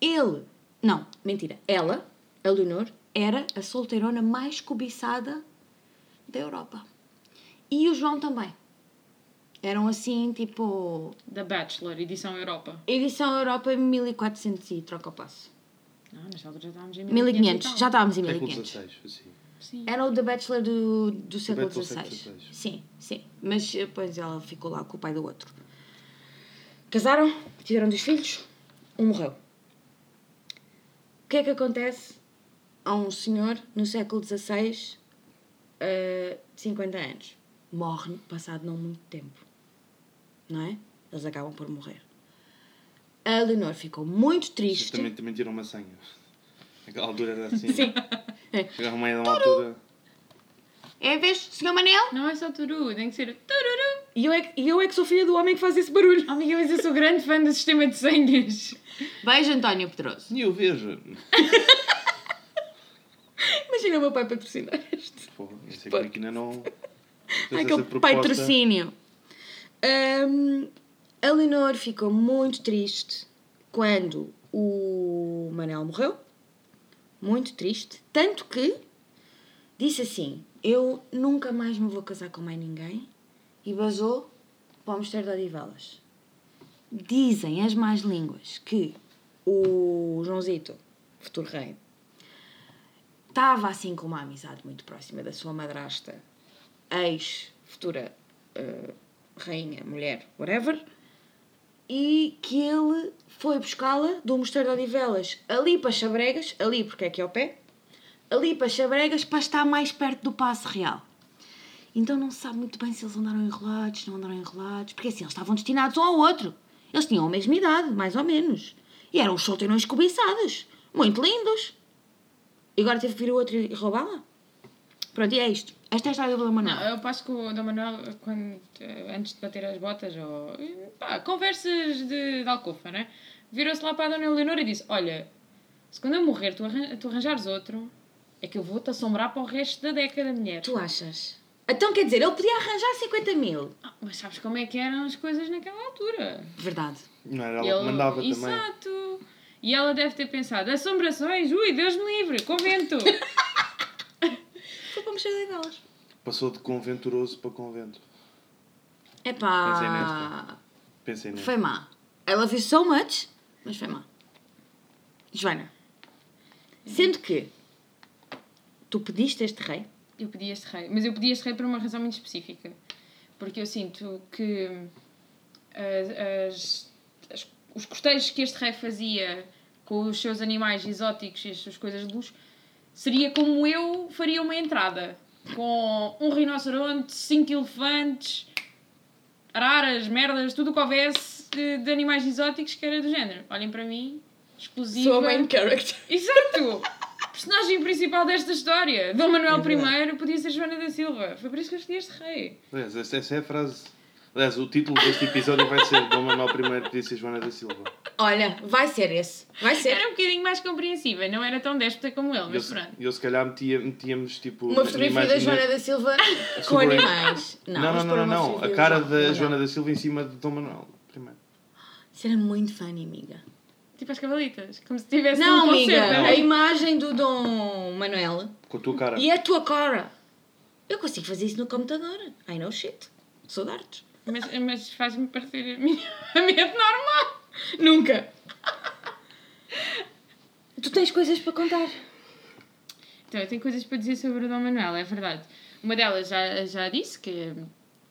S2: Ele, não, mentira, ela, a Leonor, era a solteirona mais cobiçada da Europa. E o João também. Eram assim, tipo,
S4: Da Bachelor, edição Europa.
S2: edição Europa 1400 e troca o passo.
S4: Ah, nesta altura já estávamos em
S2: 1500, já tá- estávamos em
S3: Século
S2: 1500.
S3: XVI, assim.
S4: Sim.
S2: Era o The Bachelor do, do século
S3: Bachelor
S2: XVI.
S3: século XVI.
S2: Sim, sim. Mas eh, depois ela ficou lá com o pai do outro. Casaram, tiveram dois filhos, um morreu. O que é que acontece a um senhor no século XVI, eh, de 50 anos? Morre passado não muito tempo. Não é? Eles acabam por morrer. A Leonor ficou muito
S3: Vocês
S2: triste.
S3: também, também tiram uma senha. Naquela altura era assim.
S2: Sim.
S3: Era uma uma altura.
S2: É a vez, senhor Manel?
S4: Não é só turu, tem que ser tururu.
S2: E eu é que, e eu é que sou filha do homem que faz esse barulho.
S4: Oh, amiga, mas eu sou grande fã do sistema de senhas.
S6: Beijo, António Pedroso.
S3: E eu vejo.
S2: Imagina o meu pai patrocinar este.
S3: Pô, eu sei que a Marquina não.
S2: Ai,
S3: fez
S2: que
S3: essa
S2: ele
S3: proposta.
S2: patrocínio. Hum, a Leonor ficou muito triste quando o Manel morreu. Muito triste. Tanto que disse assim: Eu nunca mais me vou casar com mais ninguém. E vazou para o Mosteiro de Odivelas. Dizem as más línguas que o Joãozito, futuro rei, estava assim com uma amizade muito próxima da sua madrasta, ex-futura eh, rainha, mulher, whatever, e que ele foi buscá-la do Mosteiro de Odivelas ali para Chabregas, ali porque é aqui ao pé, ali para Chabregas para estar mais perto do Passo Real. Então não se sabe muito bem se eles andaram enrolados, não andaram enrolados, porque assim eles estavam destinados um ao outro. Eles tinham a mesma idade, mais ou menos. E eram os solteirões cobiçados, muito lindos. E agora teve que vir o outro e roubá-la? Pronto, e é isto. Esta é a história do Dom Manuel.
S4: Não, eu passo com o Dom Manuel quando, eh, antes de bater as botas ou. pá, conversas de, de alcofa, né? Virou-se lá para a Dona Leonora e disse: Olha, se quando eu morrer tu, arran tu arranjares outro, é que eu vou-te assombrar para o resto da década, mulher.
S2: Tu achas? Então quer dizer, ele podia arranjar 50 mil.
S4: Ah, mas sabes como é que eram as coisas naquela altura?
S2: Verdade.
S3: Não era ela que mandava
S4: Ele-
S3: também.
S4: Exato! E ela deve ter pensado: assombrações, ui, Deus me livre, convento!
S2: Foi para mexer em delas.
S3: Passou de conventuroso para convento. Pensei
S2: Epá.
S3: nesta. Pensei nisso.
S2: Foi má. I love you so much, mas foi má. Joana. Sendo que tu pediste este rei,
S4: Eu pedi este rei, mas eu pedi este rei por uma razão muito específica. Porque eu sinto que as- as- as- os costeios que este rei fazia com os seus animais exóticos e as suas coisas de luxo seria como eu faria uma entrada com um rinoceronte, cinco elefantes, araras, merdas, tudo o que houvesse de, de animais exóticos que era do género. Olhem para mim, explosiva.
S2: character.
S4: Exato! Personagem principal desta história, Dom Manuel I, podia ser Joana da Silva. Foi por isso que eu escolhi este rei.
S3: Aliás, essa, essa é a frase. Aliás, o título deste episódio vai ser Dom Manuel I podia ser Joana da Silva.
S2: Olha, vai ser esse. Vai ser.
S4: Era um bocadinho mais compreensiva, não era tão déspota como ele,
S3: E eu,
S4: mas pronto.
S3: eu se calhar metia, metíamos tipo.
S2: Uma
S3: na
S2: fotografia
S3: imagem
S2: da
S3: de-
S2: Joana da Silva com
S3: Sobre-
S2: animais.
S3: É Não, não,
S2: vamos
S3: não,
S2: pôr
S3: não,
S2: uma
S3: não.
S2: fotografia
S3: A
S2: do
S3: cara
S2: João.
S3: da
S2: Legal.
S3: Joana da Silva em cima de Dom Manuel I.
S2: Isso era muito fã, amiga.
S4: Tipo as cavalitas, como se tivesse
S2: Não,
S4: um
S2: amiga,
S4: concerto.
S2: a imagem do Dom Manuel
S3: Com a tua cara.
S2: e é, a tua cara. Eu consigo fazer isso no computador. I know shit. Sou de artes.
S4: Mas, mas faz-me parecer minimamente normal.
S2: Nunca. Tu tens coisas para contar.
S4: Então, eu tenho coisas para dizer sobre o Dom Manuel, é verdade. Uma delas já, já disse, que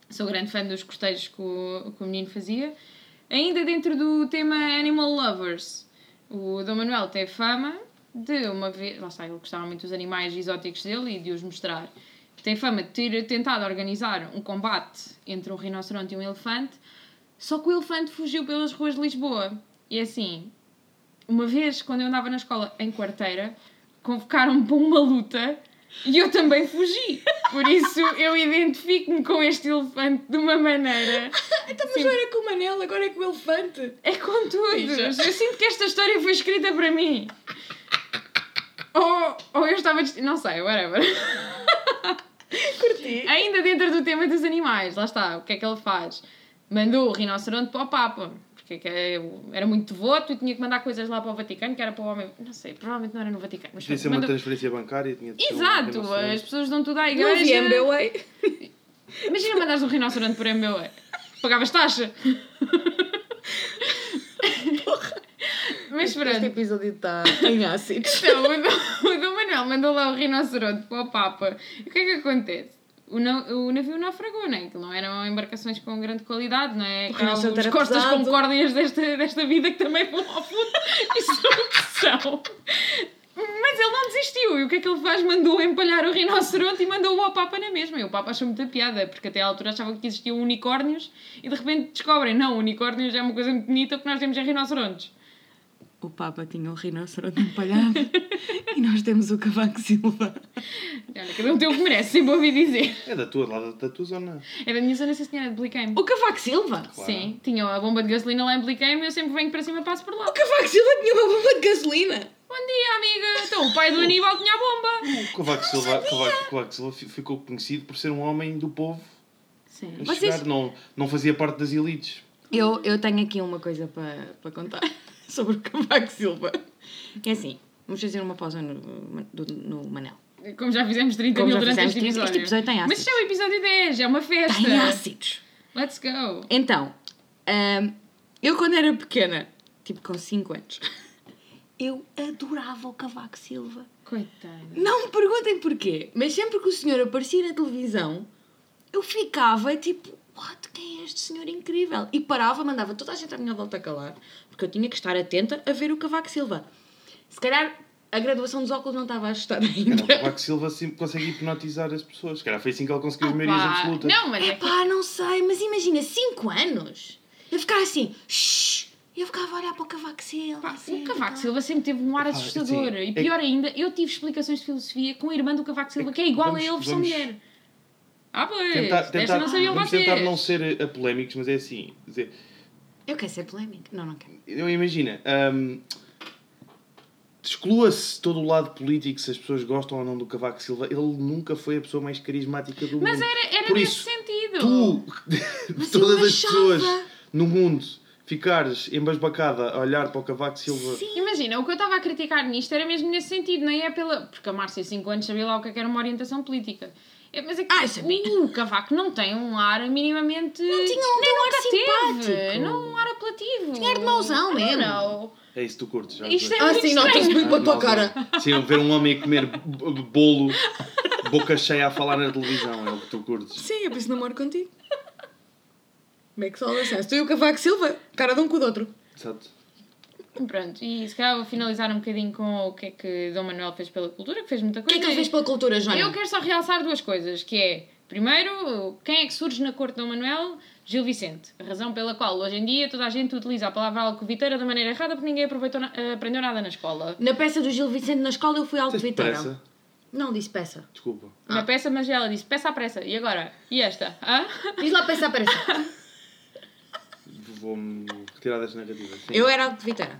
S4: sou grande fã dos cortejos que o, que o menino fazia. Ainda dentro do tema Animal Lovers, o Dom Manuel tem fama de uma vez. Lá está, ele gostava muito dos animais exóticos dele e de os mostrar. Tem fama de ter tentado organizar um combate entre um rinoceronte e um elefante, só que o elefante fugiu pelas ruas de Lisboa. E assim, uma vez, quando eu andava na escola em quarteira, convocaram-me para uma luta e eu também fugi. Por isso, eu identifico-me com este elefante de uma maneira.
S2: Então, mas não era com o Manel, agora é com o elefante.
S4: É com todos. Eu sinto que esta história foi escrita para mim. Ou, ou eu estava. dest- Não sei, whatever.
S2: Curti.
S4: Ainda dentro do tema dos animais, lá está, o que é que ele faz? Mandou o rinoceronte para o Papa, porque é que é- era muito devoto e tinha que mandar coisas lá para o Vaticano, que era para o homem. Não sei, provavelmente não era no Vaticano, mas
S3: Podia ser
S4: pronto,
S3: uma
S4: mandou...
S3: transferência bancária. Tinha de ser um
S4: Exato,
S3: rinoceronte.
S4: as pessoas dão tudo à
S2: Não vi
S4: igreja.
S2: MBWay.
S4: Imagina mandares um rinoceronte por MBA. Pagavas taxa. Mas
S7: Este
S4: pronto.
S7: episódio está em ácidos.
S4: Então, o Dom, o Dom Manuel mandou lá o rinoceronte para o Papa. E o que é que acontece? O, na- o navio naufragou, não é? Aquilo não eram embarcações com grande qualidade, não é? Aquelas
S7: rinoceronte era
S4: costas
S7: pesado.
S4: com córdeas desta, desta vida que também vão ao fundo. Isso é o que são. Mas ele não desistiu. E o que é que ele faz? Mandou empalhar o rinoceronte e mandou-o ao Papa na mesma. E o Papa achou muita piada, porque até à altura achavam que existiam unicórnios e de repente descobrem, não, unicórnios é uma coisa muito bonita, o que nós temos é rinocerontes.
S2: O Papa tinha um rinoceronte empalhado e nós temos o Cavaco Silva.
S4: Olha, cada um tem o que merece, sempre ouvi dizer.
S3: É da tua, lá da, da tua zona.
S4: Era a minha zona, sim senhora, de Bliqueime.
S2: O Cavaco Silva?
S3: Claro.
S4: Sim, tinham a bomba de gasolina lá em Bliqueime e eu sempre venho para cima e passo por lá.
S2: O Cavaco Silva tinha uma bomba de gasolina.
S4: Bom dia, amiga! Então, o pai
S2: Uh.
S4: do Aníbal tinha a bomba!
S3: O Cavaco Silva, Cavaco, Cavaco Silva fi- ficou conhecido por ser um homem do povo.
S4: Sim.
S3: Mas
S2: Vocês-
S3: chegar, não, não fazia parte das elites.
S2: Eu, eu tenho aqui uma coisa para para contar sobre o Cavaco Silva. É assim, vamos fazer uma pausa no, do- no Manel.
S4: Como já fizemos 30
S2: Como
S4: mil
S2: já
S4: durante
S2: fizemos
S4: este
S2: 30,
S4: episódio.
S2: este episódio tem ácidos.
S4: Mas este é o episódio 10, é uma festa.
S2: Tem ácidos.
S4: Let's go!
S2: Então, hum, eu quando era pequena, tipo com 5 anos, eu adorava o Cavaco Silva.
S4: Coitada.
S2: Não me perguntem porquê, mas sempre que o senhor aparecia na televisão, eu ficava tipo, what, quem é este senhor incrível? E parava, mandava toda a gente à minha volta calar, porque eu tinha que estar atenta a ver o Cavaco Silva. Se calhar a graduação dos óculos não estava a ajustar
S3: Cara, o
S2: ainda.
S3: Cavaco Silva sempre consegue hipnotizar as pessoas. Cara, foi assim que ele conseguiu as
S4: Opa.
S3: maiorias absolutas.
S4: Não, mas é que-
S2: Epá, não sei, mas imagina, 5 anos. Eu ficava assim, shh, eu ficava a olhar para o Cavaco Silva.
S4: Pá,
S2: assim,
S4: o Cavaco Silva sempre teve um ar
S3: Epá,
S4: assustador.
S3: assim,
S4: e pior ainda, eu tive explicações de filosofia com a irmã do Cavaco Silva,
S3: É que
S4: que é igual
S3: vamos-
S4: a ele, versão
S3: vamos
S4: mulher. Ah, pois!
S3: Tentar,
S4: Esta
S3: tentar,
S4: não sabiam
S3: vamos
S4: vocês.
S3: tentar não ser eh, polémicos, mas é assim. quer dizer,
S2: Eu quero ser polémica. Não, não quero.
S3: eu imagina. hum, Exclua-se todo o lado político se as pessoas gostam ou não do Cavaco Silva. Ele nunca foi a pessoa mais carismática do
S4: Mas
S3: mundo.
S4: era, era
S3: Por
S4: nesse
S3: isso,
S4: sentido.
S3: tu, de todas
S2: eu
S3: as
S2: achava.
S3: pessoas no mundo, ficares embasbacada a olhar para o Cavaco Silva.
S4: Imagina, o que eu estava a criticar nisto era mesmo nesse sentido, nem é pela. Porque a Márcia, 5 anos, sabia lá o que é que era uma orientação política. É, Mas é que
S2: Ah, eu sabia.
S4: o Cavaco não tem um ar minimamente. Não
S2: tinha um- tem um ar simpático.
S4: Não um ar apelativo.
S2: Tinha ar de mauzão
S4: I don't
S2: mesmo.
S4: know.
S3: É isso que tu curtes. já
S4: Isto
S3: sei.
S4: é muito
S2: Ah, sim,
S4: estranho.
S2: notas muito para a tua
S3: Não,
S2: cara.
S3: não. Sim, ver um homem a comer b- b- bolo, boca cheia a falar na televisão, é o que tu curtes.
S2: Sim, eu preciso namoro contigo. é Make all the sense. Tu e o Cavaco Silva, cara de um com o do outro.
S3: Exato.
S4: Pronto, e se calhar vou finalizar um bocadinho com o que é que Dom Manuel fez pela cultura, que fez muita
S2: O que é
S4: coisa.
S2: que ele fez pela cultura, Joana?
S4: Eu quero só realçar duas coisas, que é, primeiro, quem é que surge na corte de Dom Manuel? Gil Vicente. A razão pela qual hoje em dia toda a gente utiliza a palavra alcoviteira da maneira errada porque ninguém aproveitou na- eh, aprendeu nada na escola.
S2: Na peça do Gil Vicente na escola eu fui alto
S3: Tens
S2: Vitória.
S3: pressa?
S2: Não disse peça.
S3: Desculpa.
S4: Na peça, mas ela disse, peça à pressa. E agora? E esta? Hã?
S2: Diz lá peça a peça.
S3: Vou-me retirar das narrativas. Sim.
S2: eu
S4: é-
S2: era alto Vitória.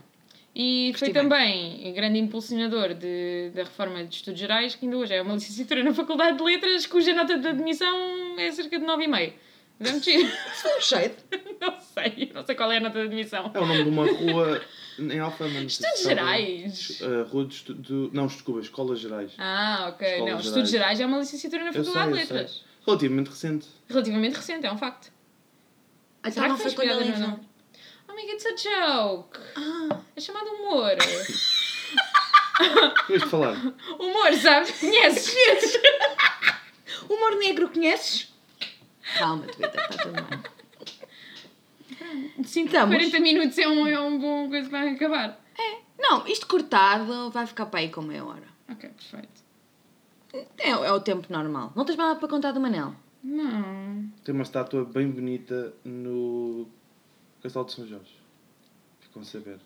S4: E foi
S2: Gostei
S4: também grande impulsionador de, da reforma de estudos gerais, que ainda hoje é uma licenciatura na Faculdade de Letras, cuja nota de admissão é cerca de 9,5. Deve-me giro.
S2: Foi um shade.
S4: Não sei, não sei qual é a nota de admissão.
S3: É o nome de uma rua em Alfama.
S4: Estudos Gerais.
S3: Eh, rua de estudo... Não, desculpa, Escolas Gerais.
S4: Ah, ok.
S3: Escolas
S4: não,
S3: Gerais.
S4: estudos gerais é uma licenciatura na
S3: eu sei,
S4: Faculdade
S3: eu
S4: de Letras.
S3: sei. Relativamente recente.
S4: Relativamente recente, é um facto.
S2: Então não foi quando
S4: inspirada
S2: ele
S4: no-
S2: enviou.
S4: Oh, Amiga, it's a joke.
S2: Ah,
S4: É chamado humor.
S3: Depois de falar.
S4: humor, sabes? Conheces?
S2: humor negro conheces? Calma, Twitter, está tudo bem.
S4: Sinto
S2: Estamos.
S4: 40 minutos é um, é um bom coisa para acabar.
S2: Não, isto cortado vai ficar para aí com meia hora.
S4: Ok, perfeito.
S2: É, é o tempo normal. Não tens mais nada para contar do Manel?
S4: Não.
S3: Tem uma estátua bem bonita no Castelo de São Jorge. Ficam a saber.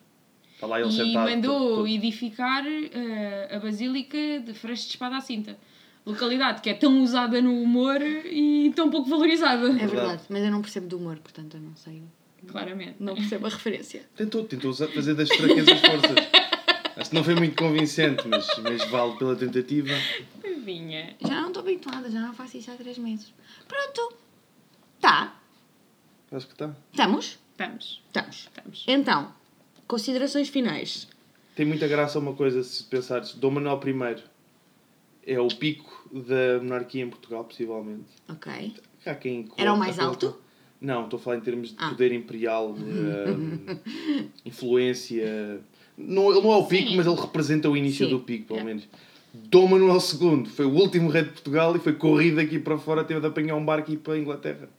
S3: Está lá ele um
S4: E
S3: sentado.
S4: mandou
S3: todo- todo-
S4: edificar eh, a Basílica de Freixo de Espada à Cinta. Localidade que é tão usada no humor e tão pouco valorizada.
S2: É
S3: Verdade.
S2: verdade, mas eu não percebo do humor, portanto eu não sei.
S4: Claramente.
S2: Não percebo a referência.
S3: Tentou, tentou usar- fazer das fraquezas forças. Acho que não foi muito convincente, mas, mas vale pela tentativa.
S4: Vinha.
S2: Já não estou habituada, já não faço isso há três meses. Pronto. Tá.
S3: Acho que está.
S2: Estamos?
S4: Estamos.
S2: Estamos.
S4: Estamos.
S2: Então, considerações finais.
S3: Tem muita graça uma coisa se pensares. Dom Manuel I é o pico da monarquia em Portugal, possivelmente.
S2: Ok.
S3: Há quem
S2: Era o mais
S3: coloca-
S2: alto? Ah.
S3: Não, estou a falar em termos de poder imperial, de, hum, influência. Não, ele não é o pico, mas ele representa o início
S2: Sim.
S3: do pico, pelo menos. Dom Manuel II foi o último rei de Portugal e foi corrido aqui para fora, teve de apanhar um barco e ir para a Inglaterra.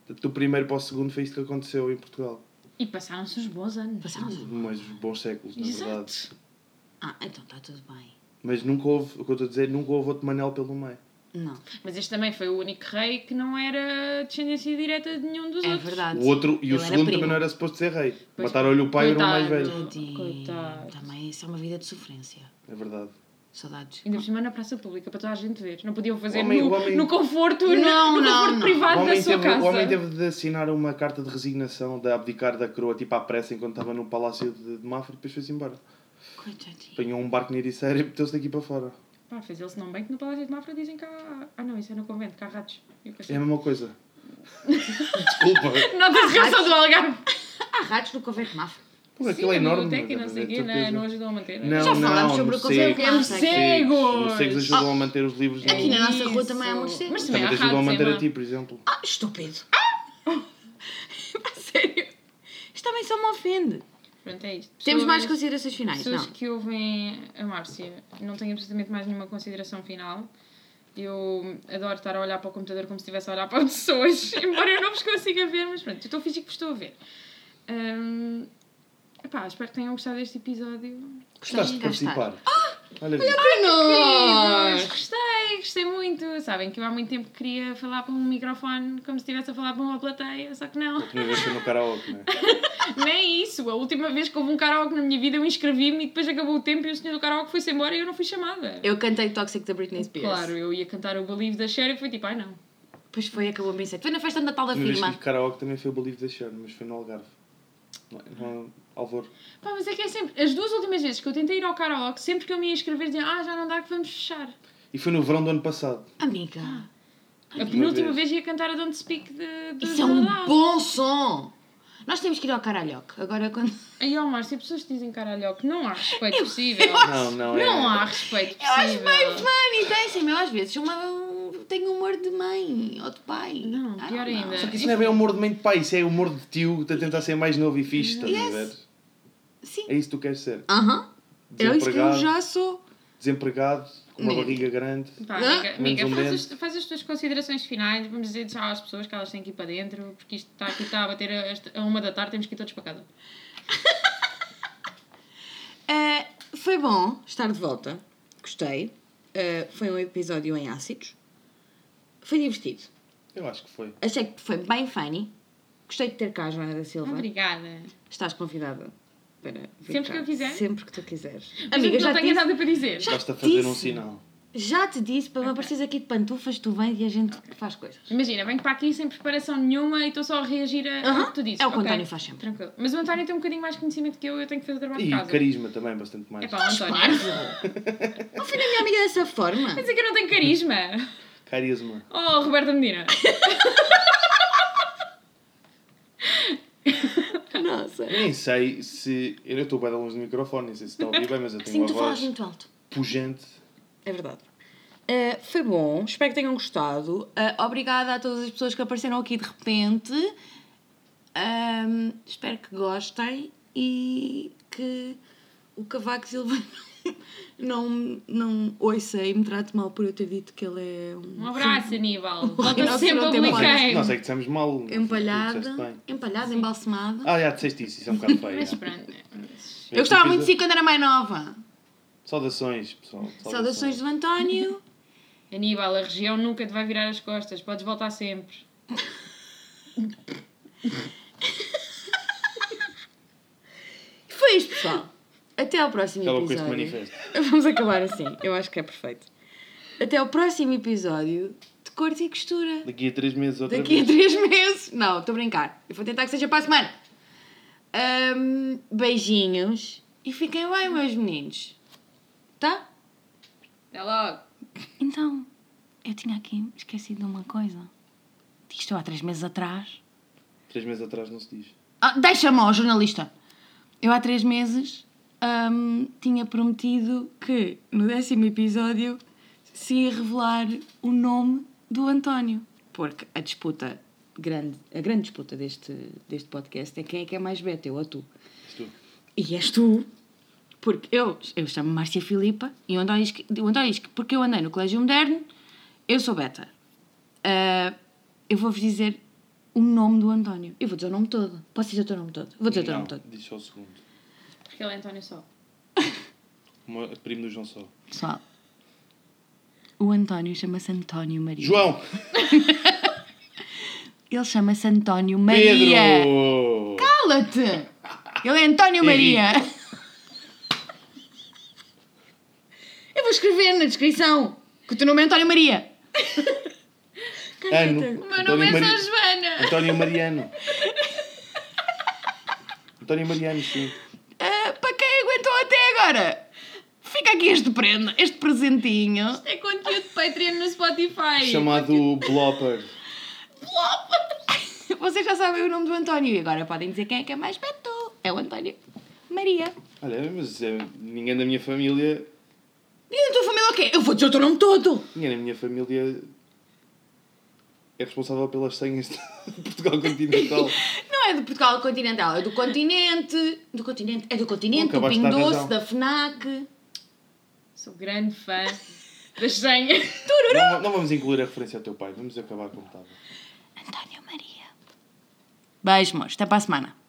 S3: Portanto, do primeiro para o segundo foi isto que aconteceu em Portugal.
S4: E passaram-se os bons anos.
S2: Passamos.
S3: Mas bons séculos, na
S4: Exato.
S3: É verdade.
S2: Ah, então está tudo bem.
S3: Mas nunca houve, o que eu estou a dizer, nunca houve outro Manel pelo meio.
S2: Não.
S4: Mas este também foi o único rei que não era descendência direta de nenhum dos
S2: É
S4: outros.
S2: verdade.
S3: O outro e
S2: Ele
S3: o
S2: era
S3: segundo
S2: primo.
S3: também não era suposto ser rei.
S4: Pois,
S3: Mataram-lhe o pai e era o mais
S4: coitado.
S3: velho.
S2: Tadinho.
S4: Coitado.
S2: Também isso é uma vida de sofrência.
S3: É verdade.
S2: Saudades.
S4: Ainda por cima na praça pública, para toda a gente ver. Não podiam fazer
S3: O homem-
S4: no,
S3: o homem-
S4: no conforto, no-
S2: Não,
S4: no,
S2: não,
S4: conforto
S2: não.
S3: O
S4: privado da
S3: homem,
S4: sua
S3: teve,
S4: casa.
S3: o homem teve de assinar uma carta de resignação de abdicar da coroa, tipo à pressa, enquanto estava no palácio de, de Mafra e depois foi-se embora.
S2: Coitadinho.
S3: Apanhou um barco na Ericeira e meteu-se daqui para fora.
S4: Pá, fez ele-se não bem que no Palácio de Mafra dizem que há... Ah não, isso é no convento, que há ratos. Eu
S3: É
S4: pensei-
S3: a mesma coisa. Desculpa.
S4: Nota de reação do Algarve.
S2: Há ratos no convento máfia.
S3: Pô,
S4: Sim,
S3: aquilo
S4: a
S3: é enorme.
S4: biblioteca e não sei o
S3: é de
S4: quê, né?
S3: certeza.
S4: não ajudou a manter. né?
S3: Não,
S2: Já
S3: não,
S2: falámos sobre o
S3: morcegos.
S2: conselho
S4: Morcegos.
S3: Morcegos. Morcegos ajudam a manter os livros.
S2: Aqui
S3: no...
S2: na nossa rua
S4: Isso.
S2: também há morcegos.
S4: Mas
S3: Também
S4: também É há
S3: te ajudam a
S4: ratos, é
S3: manter
S4: Emma.
S3: a ti, por exemplo.
S2: Ah, estúpido. A Ah! Sério. Isto também só me ofende.
S4: Pronto, é isto.
S2: Temos mais
S4: Pessoas-
S2: considerações finais,
S4: Pessoas
S2: não?
S4: que ouvem a Márcia, não tenho absolutamente mais nenhuma consideração final. Eu adoro estar a olhar para o computador como se estivesse a olhar para pessoas, embora eu não vos consiga ver, mas pronto, eu estou a fingir que vos estou a ver. Hum, epá, espero que tenham gostado deste episódio.
S3: Gostaste de
S2: gastar.
S3: participar?
S2: Ah!
S3: Olha,
S4: Queridos, gostei, gostei muito. Sabem que eu há muito tempo queria falar para um microfone como se estivesse a falar para uma plateia, só que não.
S3: tinha vez foi no karaoke, não é?
S4: Nem isso. A última vez que houve um karaoke na minha vida, eu inscrevi-me e depois acabou o tempo e o senhor do karaoke foi-se embora e eu não fui chamada.
S2: Eu cantei Toxic da Britney Spears.
S4: Claro, eu ia cantar o Believe da Cher e foi tipo, ai não.
S2: Depois foi, acabou bem certo. Foi na festa de Natal da
S3: A primeira vez que
S2: firma.
S3: tive karaoke também foi o Believe the Share, mas foi no Algarve. Não, é? não, Alvor.
S4: Pá, mas é que é sempre. As duas últimas vezes que eu tentei ir ao karaoke, sempre que eu me ia inscrever, diziam, ah, já não dá que vamos fechar.
S3: E foi no verão do ano passado.
S2: Amiga,
S4: A penúltima
S3: vez.
S4: vez. ia cantar a Don't Speak de. de
S2: isso é um bom som. Nós temos que ir ao caralhoque. Agora quando...
S4: Aí, ó, Márcia, pessoas que dizem karaoke, não há respeito possível.
S3: Não, não, é-
S4: Não há respeito
S2: Eu acho
S4: possível.
S2: bem funny. Tem sim, eu às vezes uma, um- tenho humor de mãe ou de pai. Ah,
S4: Não,
S2: I
S4: pior
S2: don't know.
S4: ainda.
S3: Só que isso não é bem humor de mãe de pai, isso é humor de tio que está a tentar ser mais novo e fixe, estás a ver?
S2: Sim.
S3: É isso que tu queres ser.
S2: Aham. É isso que eu
S3: Desempregado,
S2: já sou.
S3: desempregado, com uma barriga grande.
S4: Pá,
S2: Hã?
S4: amiga, amiga,
S3: Menos um
S4: faz,
S3: dente.
S4: as, faz as tuas considerações finais, vamos dizer já às pessoas que elas têm que ir para dentro, porque isto está aqui está a bater a, esta- a uma da tarde, temos que ir todos para casa.
S2: Tá Eh, foi bom estar de volta. Gostei. Eh, foi um episódio em ácidos. Foi divertido.
S3: Eu acho que foi.
S2: Achei que foi bem funny. Gostei de ter cá a Joana da Silva.
S4: Obrigada.
S2: Estás convidada para vir
S4: Sempre
S2: cá.
S4: que eu quiser?
S2: Sempre que tu quiseres.
S4: Mas
S2: Amiga,
S4: eu
S2: já
S4: não
S2: te,
S4: tenho
S2: disse,
S4: nada para dizer.
S2: Já
S3: Basta
S2: te
S3: fazer um
S2: disse.
S3: sinal.
S2: já te disse para não apareces aqui de pantufas, tu vens e a gente faz coisas.
S4: Imagina, venho para aqui sem preparação nenhuma e estou só a reagir a ao
S2: Aham.
S4: que tu dizes.
S2: É o que o
S4: ok?
S2: António faz sempre.
S4: Tranquilo. Mas o António tem um bocadinho mais conhecimento que eu, eu tenho que fazer o trabalho
S3: E
S4: de casa.
S3: carisma também, bastante
S4: É
S3: mais.
S4: pá, o António.
S2: Parvo! Não fui na minha amiga dessa forma.
S4: Mas é que eu não tenho carisma.
S3: Carisma.
S4: Oh, Roberta Medina.
S2: Nossa.
S3: Eu nem sei se. Eu estou bem longe do microfone, nem sei se está a ouvir bem, mas eu tenho
S2: Sim,
S3: uma
S2: tu falas
S3: voz
S2: muito alto.
S3: pujante.
S2: É verdade. Uh, foi bom, espero que tenham gostado. Uh, obrigada a todas as pessoas que apareceram aqui de repente. Um, espero que gostem e que o Cavaco Silva não, não, não ouça e me trate mal por eu ter dito que ele é um.
S4: Um abraço, Aníbal. Volta
S2: Nossa,
S4: sempre
S2: não
S4: a
S2: tem
S4: publicar.
S3: Não sei é que dissemos mal. não sei se tu disseste
S2: Empalhada,
S3: bem.
S2: empalhada, embalsamada.
S3: Ah, já disseste isso, isso é um bocado feio.
S4: Mas
S3: é.
S4: pronto. um
S2: eu gostava muito de si quando era mais nova.
S3: Saudações, pessoal.
S2: Saudações do António.
S4: Aníbal, a região nunca te vai virar as costas. Podes voltar sempre.
S2: E foi isto, pessoal. Até ao próximo
S3: Acaba com este
S2: episódio.
S3: manifesto.
S2: Vamos acabar assim, eu acho que é perfeito. Até ao próximo episódio de Corte e Costura.
S3: Daqui a três meses outra
S2: Daqui a
S3: vez.
S2: três meses. Não, estou a brincar. Eu vou tentar que seja para a semana. Ahm, beijinhos E fiquem bem, meus meninos. Tá?
S4: Até logo.
S1: Então, eu tinha aqui esquecido de uma coisa. Isto há três meses atrás.
S3: Três meses atrás não se diz.
S2: Ah, Deixa-me, ó, jornalista.
S1: Eu há três meses hum, tinha prometido
S2: Que no décimo episódio se ia revelar o nome do António. Porque a disputa, grande, a grande disputa deste, deste podcast é quem é que é mais beta, eu ou tu.
S3: Isto.
S2: E és tu. Porque eu, eu chamo Márcia Filipa e o António diz, que, o António diz que porque eu andei no Colégio Moderno, eu sou beta. Ah, eu vou-vos dizer o nome do António. Eu vou dizer o nome todo. Posso dizer o teu nome todo? Vou dizer tá, o teu
S3: Não,
S2: nome todo.
S3: diz só o segundo.
S4: Porque ele é António Sol.
S3: Uma- Primo do João Só.
S1: Pessoal, o António chama-se António Maria.
S3: João!
S1: Ele chama-se António Maria.
S3: Pedro!
S2: Cala-te! Ele é António Maria. Eu vou escrever na descrição que o teu nome é António Maria.
S3: Ano.
S4: O meu nome é
S3: Mari-
S4: São Joana.
S3: António Mariano. António Mariano, sim.
S2: Ah, para quem aguentou até agora, fica aqui este prenda, este presentinho.
S4: Isto é conteúdo de Patreon no Spotify.
S3: Chamado Blopper.
S2: Vocês já sabem o nome do António e agora podem dizer quem é que é mais beto. É o António Maria.
S3: Olha, mas é, ninguém da minha família.
S2: E a tua família o quê? Eu vou dizer o teu nome todo.
S3: Ninguém da minha família é responsável pelas senhas de Portugal Continental.
S2: Não é do Portugal Continental, é do continente. Do continente, é do continente, do
S3: Acabaste de
S2: Pingo
S3: dar
S2: Doce,
S3: razão.
S2: da FNAC.
S4: Sou grande fã das senhas.
S3: não, não vamos incluir a referência ao teu pai, vamos acabar como estava.
S1: António Maria.
S2: Beijo, meus. Até para a semana.